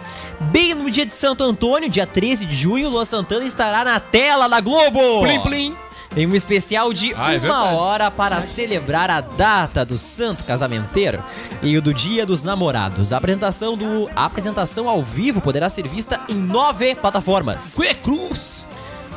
Speaker 7: Bem no dia de Santo Antônio, dia 13 de junho, Lua Santana estará na tela da Globo.
Speaker 6: Plim, plim.
Speaker 7: Em um especial de
Speaker 5: Ah, é
Speaker 7: uma
Speaker 5: verdade.
Speaker 7: hora para celebrar a data do santo casamenteiro e o do dia dos namorados. A apresentação, do, a apresentação ao vivo poderá ser vista em nove plataformas.
Speaker 6: Cue Cruz.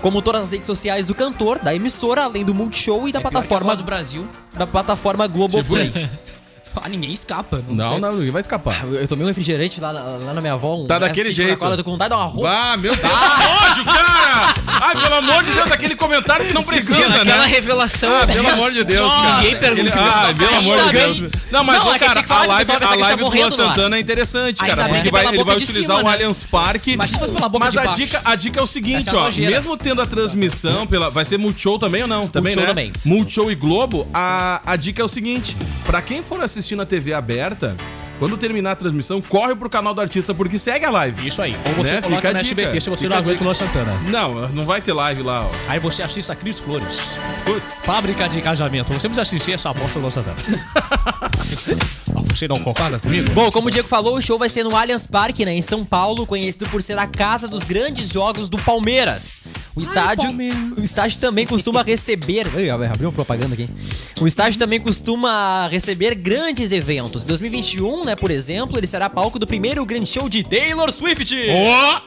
Speaker 7: Como todas as redes sociais do cantor, da emissora, além do Multishow e da,
Speaker 6: É pior que a
Speaker 7: plataforma,
Speaker 6: voz do Brasil.
Speaker 7: da plataforma Globoplay.
Speaker 5: Tipo
Speaker 6: Ah, ninguém escapa.
Speaker 5: Não,
Speaker 6: tem-
Speaker 5: não, ninguém vai escapar.
Speaker 7: Eu eu tomei um refrigerante lá na, lá na minha avó. Um
Speaker 5: Tá daquele
Speaker 7: Nescau na
Speaker 5: jeito.
Speaker 7: cola, eu Tô com vontade de dar uma roupa.
Speaker 5: Ah, meu Deus, que nojo, cara! Ai, pelo amor de Deus, aquele comentário que não precisa,
Speaker 3: tá
Speaker 8: Aquela
Speaker 5: né?
Speaker 8: revelação.
Speaker 5: Ah, pelo amor de Deus,
Speaker 8: Nossa,
Speaker 5: cara.
Speaker 8: Ninguém pergunta.
Speaker 5: Ele- Ah, pelo amor de
Speaker 6: Ainda
Speaker 5: Deus. Não, mas,
Speaker 7: Não,
Speaker 5: ô,
Speaker 7: é que
Speaker 5: cara,
Speaker 7: tinha que falar
Speaker 5: a
Speaker 7: pro
Speaker 5: live, a
Speaker 7: pessoal pensar que a
Speaker 5: live
Speaker 7: gente tá
Speaker 5: do Luan
Speaker 7: morrendo lá.
Speaker 5: Santana é interessante,
Speaker 6: Ainda
Speaker 5: cara.
Speaker 6: bem
Speaker 5: Porque
Speaker 6: que é
Speaker 5: vai,
Speaker 6: pela
Speaker 5: ele
Speaker 6: boca
Speaker 5: vai
Speaker 6: de
Speaker 5: utilizar
Speaker 6: cima,
Speaker 5: o
Speaker 6: né?
Speaker 5: Allianz Parque.
Speaker 6: Imagina se fosse pela boca
Speaker 5: Mas
Speaker 6: de
Speaker 5: a
Speaker 6: baixo.
Speaker 5: dica, a dica é o seguinte,
Speaker 6: Essa é a
Speaker 5: ó.
Speaker 6: nojeira.
Speaker 5: Mesmo tendo a transmissão pela. Vai ser Multishow também ou não? Também,
Speaker 7: Multishow
Speaker 5: né?
Speaker 7: também.
Speaker 5: Multishow e Globo, a, a dica é o seguinte: pra quem for assistir na TV aberta, quando terminar a transmissão, corre pro canal do artista, porque segue a live.
Speaker 12: Isso aí. Ou você
Speaker 5: Né?
Speaker 12: coloca
Speaker 5: Fica a
Speaker 12: na
Speaker 5: dica,
Speaker 12: SBT se você
Speaker 5: fica
Speaker 12: não
Speaker 5: a
Speaker 12: aguenta o
Speaker 5: dica.
Speaker 12: Luan Santana.
Speaker 5: Não, não vai ter live lá, ó.
Speaker 12: Aí você assiste a Cris Flores.
Speaker 5: Putz.
Speaker 12: Fábrica de casamento. Você precisa assistir essa bosta do Luan Santana. você não concorda comigo?
Speaker 7: Bom, como o Diego falou, o show vai ser no Allianz Parque, né, em São Paulo, conhecido por ser a casa dos grandes jogos do Palmeiras. O estádio,
Speaker 6: Palmeiras.
Speaker 7: o estádio também costuma receber, Ei, abriu uma propaganda aqui. O estádio também costuma receber grandes eventos. Em 2021, né, por exemplo, ele será palco do primeiro grande show de Taylor Swift
Speaker 5: Ó!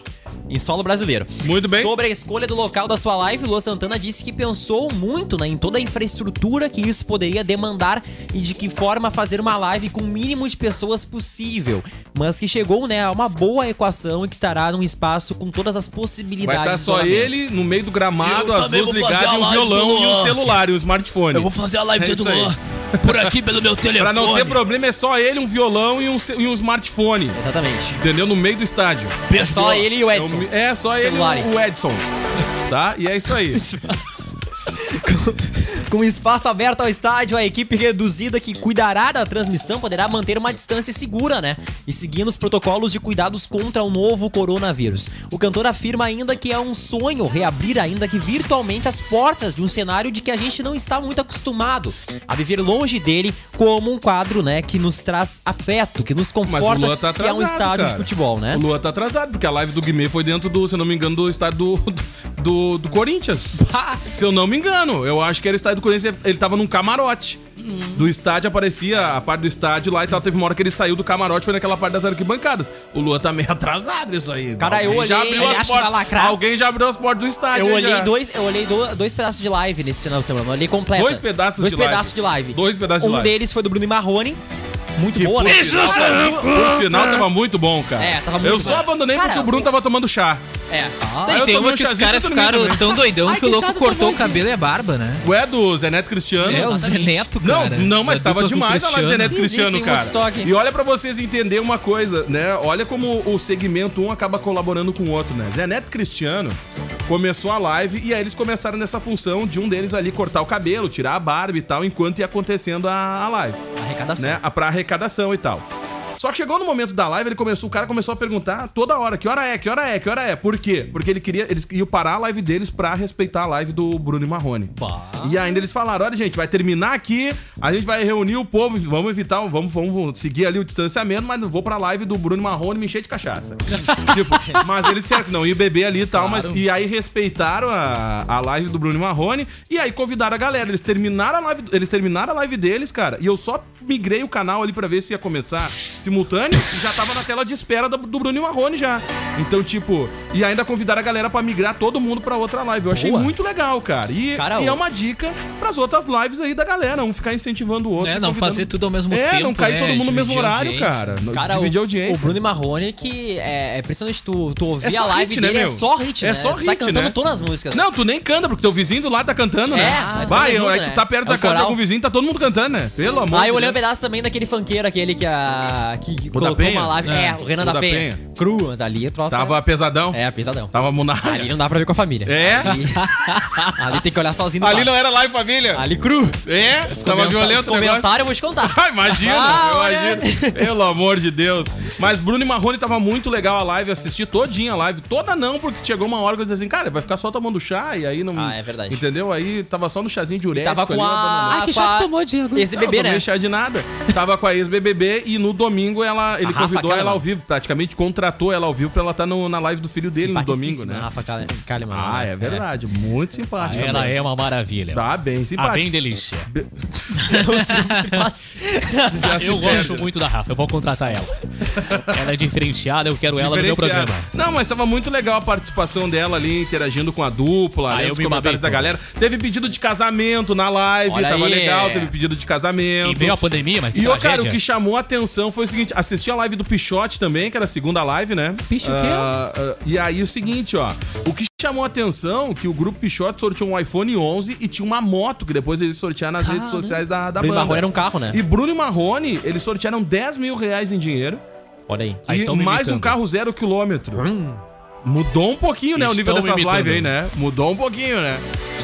Speaker 7: em solo brasileiro.
Speaker 5: Muito bem.
Speaker 7: Sobre a escolha do local da sua live, Lua Santana disse que pensou muito né, em toda a infraestrutura que isso poderia demandar e de que forma fazer uma live com o mínimo de pessoas possível, mas que chegou né, a uma boa equação e que estará num espaço com todas as
Speaker 5: Vai
Speaker 7: possibilidades.
Speaker 5: estar
Speaker 7: de
Speaker 5: só
Speaker 7: isolamento.
Speaker 5: ele no meio do gramado,
Speaker 3: Eu
Speaker 5: as
Speaker 3: também
Speaker 5: luzes
Speaker 3: vou fazer
Speaker 5: ligadas,
Speaker 3: a
Speaker 5: um
Speaker 3: live
Speaker 5: violão
Speaker 3: do
Speaker 5: e o
Speaker 3: Luan.
Speaker 5: celular e o smartphone.
Speaker 3: Eu vou fazer a live
Speaker 5: É
Speaker 3: do
Speaker 5: isso aí.
Speaker 3: Luan. Por aqui pelo meu
Speaker 5: Pra
Speaker 3: telefone.
Speaker 5: não ter problema, é só ele, um violão e um, ce- e um smartphone.
Speaker 7: Exatamente.
Speaker 5: Entendeu? No meio do estádio.
Speaker 7: É só ele e o Edson.
Speaker 5: É, o- é, só ele
Speaker 7: Celular.
Speaker 5: e o o Edson. Tá? E é isso aí.
Speaker 7: Com espaço aberto ao estádio, a equipe reduzida que cuidará da transmissão poderá manter uma distância segura, né? E seguindo os protocolos de cuidados contra o novo coronavírus. O cantor afirma ainda que é um sonho reabrir, ainda que virtualmente, as portas de um cenário de que a gente não está muito acostumado a viver longe dele, como um quadro, né? Que nos traz afeto, que
Speaker 5: Mas
Speaker 7: nos
Speaker 5: o
Speaker 7: conforta,
Speaker 5: Lua tá
Speaker 7: que é
Speaker 5: atrasado.
Speaker 7: um estádio de
Speaker 5: cara.
Speaker 7: futebol, né?
Speaker 5: O Lua tá atrasado, porque a live do Guimê foi dentro do, se eu não me engano, do estádio do, do, do Corinthians. se eu não me engano, eu acho que era o estádio do Corinthians. Ele tava num camarote.
Speaker 7: Uhum.
Speaker 5: do estádio, aparecia a parte do estádio lá e tal. Teve uma hora que ele saiu do camarote, foi naquela parte das arquibancadas. O Luan tá meio atrasado isso aí.
Speaker 7: Cara, eu
Speaker 5: Alguém já
Speaker 7: olhei,
Speaker 5: abriu
Speaker 7: ele
Speaker 5: as
Speaker 7: acha que
Speaker 5: portas-
Speaker 7: vai lacrar.
Speaker 5: Alguém já abriu as portas do estádio.
Speaker 7: Eu
Speaker 5: hein,
Speaker 7: olhei,
Speaker 5: já.
Speaker 7: dois, eu olhei do- dois pedaços de live nesse final de semana. Eu olhei completo.
Speaker 5: Dois pedaços
Speaker 7: dois
Speaker 5: de
Speaker 7: pedaços
Speaker 5: live.
Speaker 7: de live.
Speaker 5: Dois pedaços de
Speaker 7: um
Speaker 5: live.
Speaker 7: deles foi do Bruno Marrone. Muito boa, né?
Speaker 5: por sinal, tava- Por sinal, tava muito bom, cara.
Speaker 7: É, tava muito
Speaker 5: Eu só
Speaker 7: bom.
Speaker 5: abandonei
Speaker 7: Cara,
Speaker 5: porque o Bruno tava tomando chá.
Speaker 7: É.
Speaker 6: ah,
Speaker 5: Aí eu
Speaker 8: tem
Speaker 5: tomei
Speaker 8: uma
Speaker 5: um
Speaker 8: que os
Speaker 5: chazinho
Speaker 8: caras
Speaker 5: pra dormir
Speaker 8: ficaram
Speaker 5: também.
Speaker 8: tão Um doidão
Speaker 7: Ai,
Speaker 8: que o
Speaker 7: que
Speaker 8: louco
Speaker 7: chato,
Speaker 8: cortou
Speaker 7: tô
Speaker 8: o cabelo e a barba, né?
Speaker 5: Ué, do Zé Neto Cristiano.
Speaker 8: É, o Zé
Speaker 10: Exatamente.
Speaker 8: Neto,
Speaker 5: Não,
Speaker 8: cara.
Speaker 5: não, mas
Speaker 8: Da
Speaker 5: tava
Speaker 8: dupla com o
Speaker 5: demais a live do
Speaker 8: Cristiano.
Speaker 5: Neto Cristiano,
Speaker 7: em
Speaker 5: cara.
Speaker 7: Woodstock.
Speaker 5: E olha pra vocês entenderem uma coisa, né? Olha como o segmento um acaba colaborando com o outro, né? Zé Neto Cristiano começou a live e aí eles começaram nessa função de um deles ali cortar o cabelo, tirar a barba e tal, enquanto ia acontecendo a, a live,
Speaker 10: Arrecadação.
Speaker 5: né? A- Pra arrecadação e tal. Só que chegou no momento da live, ele começou, o cara começou a perguntar toda hora, que hora é, que hora é, que hora é. Por quê? Porque ele queria, eles iam parar a live deles pra respeitar a live do Bruno e Marrone. E ainda eles falaram: olha, gente, vai terminar aqui, a gente vai reunir o povo, vamos evitar, vamos, vamos seguir ali o distanciamento, mas não vou pra live do Bruno Marrone e me encher de cachaça. tipo, mas eles disseram que não ia beber ali e tal, mas. E aí respeitaram a, a live do Bruno Marrone e aí convidaram a galera. Eles terminaram a live, eles terminaram a live deles, cara, e eu só migrei o canal ali pra ver se ia começar simultâneo e já tava na tela de espera do, do Bruno Marrone já. Então, tipo, e ainda convidaram a galera pra migrar todo mundo pra outra live. Eu achei
Speaker 6: Boa.
Speaker 5: muito legal, cara. E
Speaker 7: Cara,
Speaker 5: e é
Speaker 7: o-
Speaker 5: uma dica pras outras lives aí da galera. Um ficar incentivando o outro.
Speaker 8: É, não
Speaker 5: convidando-
Speaker 8: fazer tudo ao mesmo
Speaker 5: É,
Speaker 8: tempo,
Speaker 5: não cair
Speaker 8: né?
Speaker 5: todo mundo no mesmo
Speaker 8: Dividir
Speaker 5: horário,
Speaker 8: audiência.
Speaker 5: cara. No-
Speaker 7: Cara,
Speaker 5: Dividir
Speaker 7: o,
Speaker 5: audiência.
Speaker 7: o Bruno e Marrone, que é, é impressionante tu, tu ouvir
Speaker 5: É só
Speaker 7: a live
Speaker 5: hit, né,
Speaker 7: dele, é
Speaker 5: meu?
Speaker 7: só hit,
Speaker 5: É
Speaker 7: né?
Speaker 5: só
Speaker 7: Tu sai
Speaker 5: hit,
Speaker 7: cantando
Speaker 5: né?
Speaker 7: todas as músicas.
Speaker 5: Não, tu nem canta, porque teu vizinho do lado tá cantando, né?
Speaker 7: É, mas todo
Speaker 5: Vai,
Speaker 7: mundo,
Speaker 5: é que
Speaker 7: né?
Speaker 5: tu tá perto
Speaker 7: É
Speaker 5: da
Speaker 7: o
Speaker 5: casa de
Speaker 7: coral.
Speaker 5: algum vizinho, tá todo mundo cantando, né? Pelo amor
Speaker 7: Aí eu
Speaker 5: de
Speaker 7: olhei um
Speaker 5: Deus.
Speaker 7: pedaço também daquele funkeiro, aquele que, a, que colocou
Speaker 5: Penha?
Speaker 7: uma live.
Speaker 5: É,
Speaker 7: É, o Renan
Speaker 5: o
Speaker 7: da,
Speaker 5: da
Speaker 7: Penha.
Speaker 5: Penha.
Speaker 7: Cru, mas ali o troço.
Speaker 5: Tava pesadão.
Speaker 7: assim, É, é pesadão.
Speaker 5: Tava monarca.
Speaker 7: Ali não dá pra ver com a família.
Speaker 5: É?
Speaker 7: Ali, ali tem que olhar sozinho no
Speaker 5: Ali
Speaker 7: quarto.
Speaker 5: não era live família.
Speaker 7: Ali cru.
Speaker 5: É, tava
Speaker 7: Comenta- os
Speaker 5: violento o negócio.
Speaker 7: comentários eu vou te contar.
Speaker 5: Ah, imagina,
Speaker 7: Ah, olha.
Speaker 5: imagina. Pelo amor de Deus. Mas Bruno e Marrone tava muito legal a live, assisti todinha a live. Toda não, porque chegou uma hora que eu disse assim, cara, vai ficar só tomando chá e aí não.
Speaker 7: Ah, é verdade.
Speaker 5: Entendeu? Aí tava só no chazinho diurético.
Speaker 7: Tava com
Speaker 5: ali, abandonado.
Speaker 7: a.
Speaker 8: Ah,
Speaker 10: Ai, que
Speaker 7: com a-
Speaker 10: chato tá tomou, Diego.
Speaker 7: Esse bebê,
Speaker 5: não,
Speaker 7: né?
Speaker 5: Não chá de nada. Tava com a ex-BBB e no domingo ela, ele
Speaker 7: A Rafa,
Speaker 5: convidou
Speaker 7: aquela
Speaker 5: ela ao
Speaker 7: lá.
Speaker 5: vivo, praticamente contratou ela ao vivo pra ela estar na live do filho dele no domingo, né?
Speaker 7: Rafa Kale- Kalimann.
Speaker 5: Ah, é verdade. Muito simpática.
Speaker 12: Ela
Speaker 5: né?
Speaker 12: é uma maravilha.
Speaker 5: Tá bem simpática.
Speaker 12: Ah, bem delícia.
Speaker 7: O Silvio se passa.
Speaker 5: Já se
Speaker 12: Eu
Speaker 5: perde,
Speaker 12: gosto
Speaker 5: né?
Speaker 12: muito da Rafa, eu vou contratar ela. Ela é diferenciada, eu quero ela no meu
Speaker 5: Diferenciado.
Speaker 12: programa.
Speaker 5: Não, mas tava muito legal a participação dela ali, interagindo com a dupla,
Speaker 12: Ah,
Speaker 5: lendo
Speaker 12: eu
Speaker 5: os
Speaker 12: me
Speaker 5: comentários da
Speaker 12: babei,
Speaker 5: galera. Teve pedido de casamento na live,
Speaker 7: Olha
Speaker 5: tava
Speaker 7: aí.
Speaker 12: é.
Speaker 5: legal, teve pedido de
Speaker 12: E
Speaker 5: casamento.
Speaker 12: veio a pandemia, mas que
Speaker 5: E, ô, cara,
Speaker 12: tragédia.
Speaker 5: o
Speaker 8: é.
Speaker 5: que chamou a atenção foi o seguinte: assisti a live do Pichote também, que era a segunda live, né?
Speaker 10: Picho o quê?
Speaker 5: Ah, ah, e aí o seguinte, ó. O que chamou a atenção que o grupo Pichote sorteou um iPhone 11 e tinha uma moto que depois eles sortearam nas redes sociais da, da
Speaker 7: Bruno
Speaker 5: banda.
Speaker 7: Marrone era um carro, né?
Speaker 5: E Bruno e Marrone, eles sortearam 10 mil reais em dinheiro
Speaker 7: Olha aí.
Speaker 12: Aí
Speaker 5: e
Speaker 12: estão me
Speaker 5: mais um
Speaker 12: imitando.
Speaker 5: carro zero quilômetro. Mudou um pouquinho, né? O nível
Speaker 12: Estão
Speaker 5: dessas
Speaker 12: me imitando.
Speaker 5: lives aí, né? Mudou um pouquinho, né?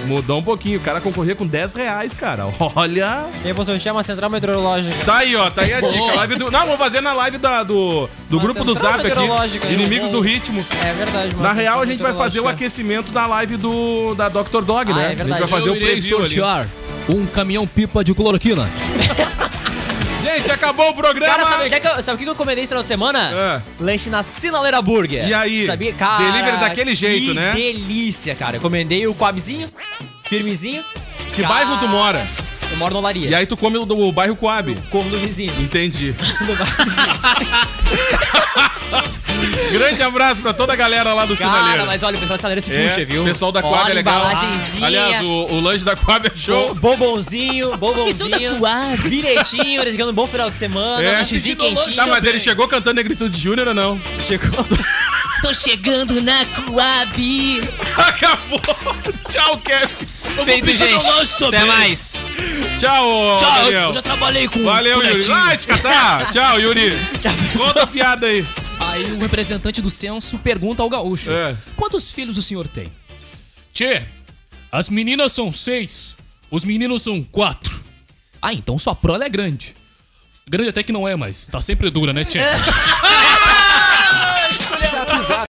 Speaker 5: Mudou um pouquinho. O cara concorria com 10 reais, cara. Olha.
Speaker 7: E aí você chama a central meteorológica.
Speaker 5: Tá aí, ó. Tá aí a dica. Live do... Não, vamos fazer na live da- do, do
Speaker 7: Uma
Speaker 5: grupo do
Speaker 7: central
Speaker 5: Zap
Speaker 7: é meteorológica
Speaker 5: aqui.
Speaker 7: aí,
Speaker 5: Inimigos
Speaker 7: bom.
Speaker 5: do Ritmo.
Speaker 7: É verdade, mano.
Speaker 5: Na real, a gente vai fazer o aquecimento da live do da Dr. Dog,
Speaker 7: Ah,
Speaker 5: né?
Speaker 7: é
Speaker 5: a gente vai
Speaker 7: verdade.
Speaker 5: fazer
Speaker 6: Eu
Speaker 5: o
Speaker 6: irei
Speaker 5: preview ali.
Speaker 6: sortear um caminhão pipa de cloroquina.
Speaker 5: Gente, acabou o programa.
Speaker 7: Cara, sabe, já que eu- sabe o que eu encomendei esse final de semana? Lanche na Sinaleira Burger.
Speaker 5: É. E aí?
Speaker 7: Sabia? Cara,
Speaker 5: Delivery daquele jeito, né?
Speaker 7: Que delícia, cara. Eu encomendei o coabzinho, firmezinho.
Speaker 5: Que bairro tu mora?
Speaker 7: Eu moro na Olaria.
Speaker 5: E aí tu come o do bairro Coab.
Speaker 7: Corvo do vizinho.
Speaker 5: Entendi. Grande abraço pra toda a galera lá do
Speaker 7: Cara,
Speaker 5: Sinaleiro.
Speaker 7: mas olha, o pessoal da Sinaleira se
Speaker 5: É,
Speaker 7: puxa, viu?
Speaker 5: O pessoal da
Speaker 7: Olha
Speaker 5: Coab é
Speaker 7: a
Speaker 5: legal.
Speaker 7: embalagenzinha.
Speaker 5: Aliás, o, o lanche da Coab é
Speaker 7: Bo-
Speaker 5: show.
Speaker 7: Bombonzinho,
Speaker 10: Pessoal da
Speaker 7: bombonzinho.
Speaker 10: Coab.
Speaker 7: Direitinho, desejando um bom final de semana,
Speaker 5: É.
Speaker 7: um lanchezinho quentinho.
Speaker 5: Tá, mas ele chegou cantando Negritude Júnior ou não?
Speaker 7: Chegou.
Speaker 10: Tô chegando na Coab.
Speaker 5: Acabou. Tchau, Kevin.
Speaker 8: Feito, gente. Até mais.
Speaker 5: Tchau,
Speaker 6: Tchau, eu,
Speaker 5: Daniel.
Speaker 6: eu já trabalhei com
Speaker 5: Valeu,
Speaker 6: com
Speaker 5: Yuri.
Speaker 6: netinho.
Speaker 5: Vai te catar. Tchau, Yuri. Conta a piada aí.
Speaker 6: Aí o representante do censo pergunta ao gaúcho:
Speaker 5: É.
Speaker 6: Quantos filhos o senhor tem?
Speaker 12: Tchê, as meninas são seis, os meninos são quatro.
Speaker 6: Ah, então sua prole é grande.
Speaker 12: Grande até que não é, mas tá sempre dura, né, Tchê?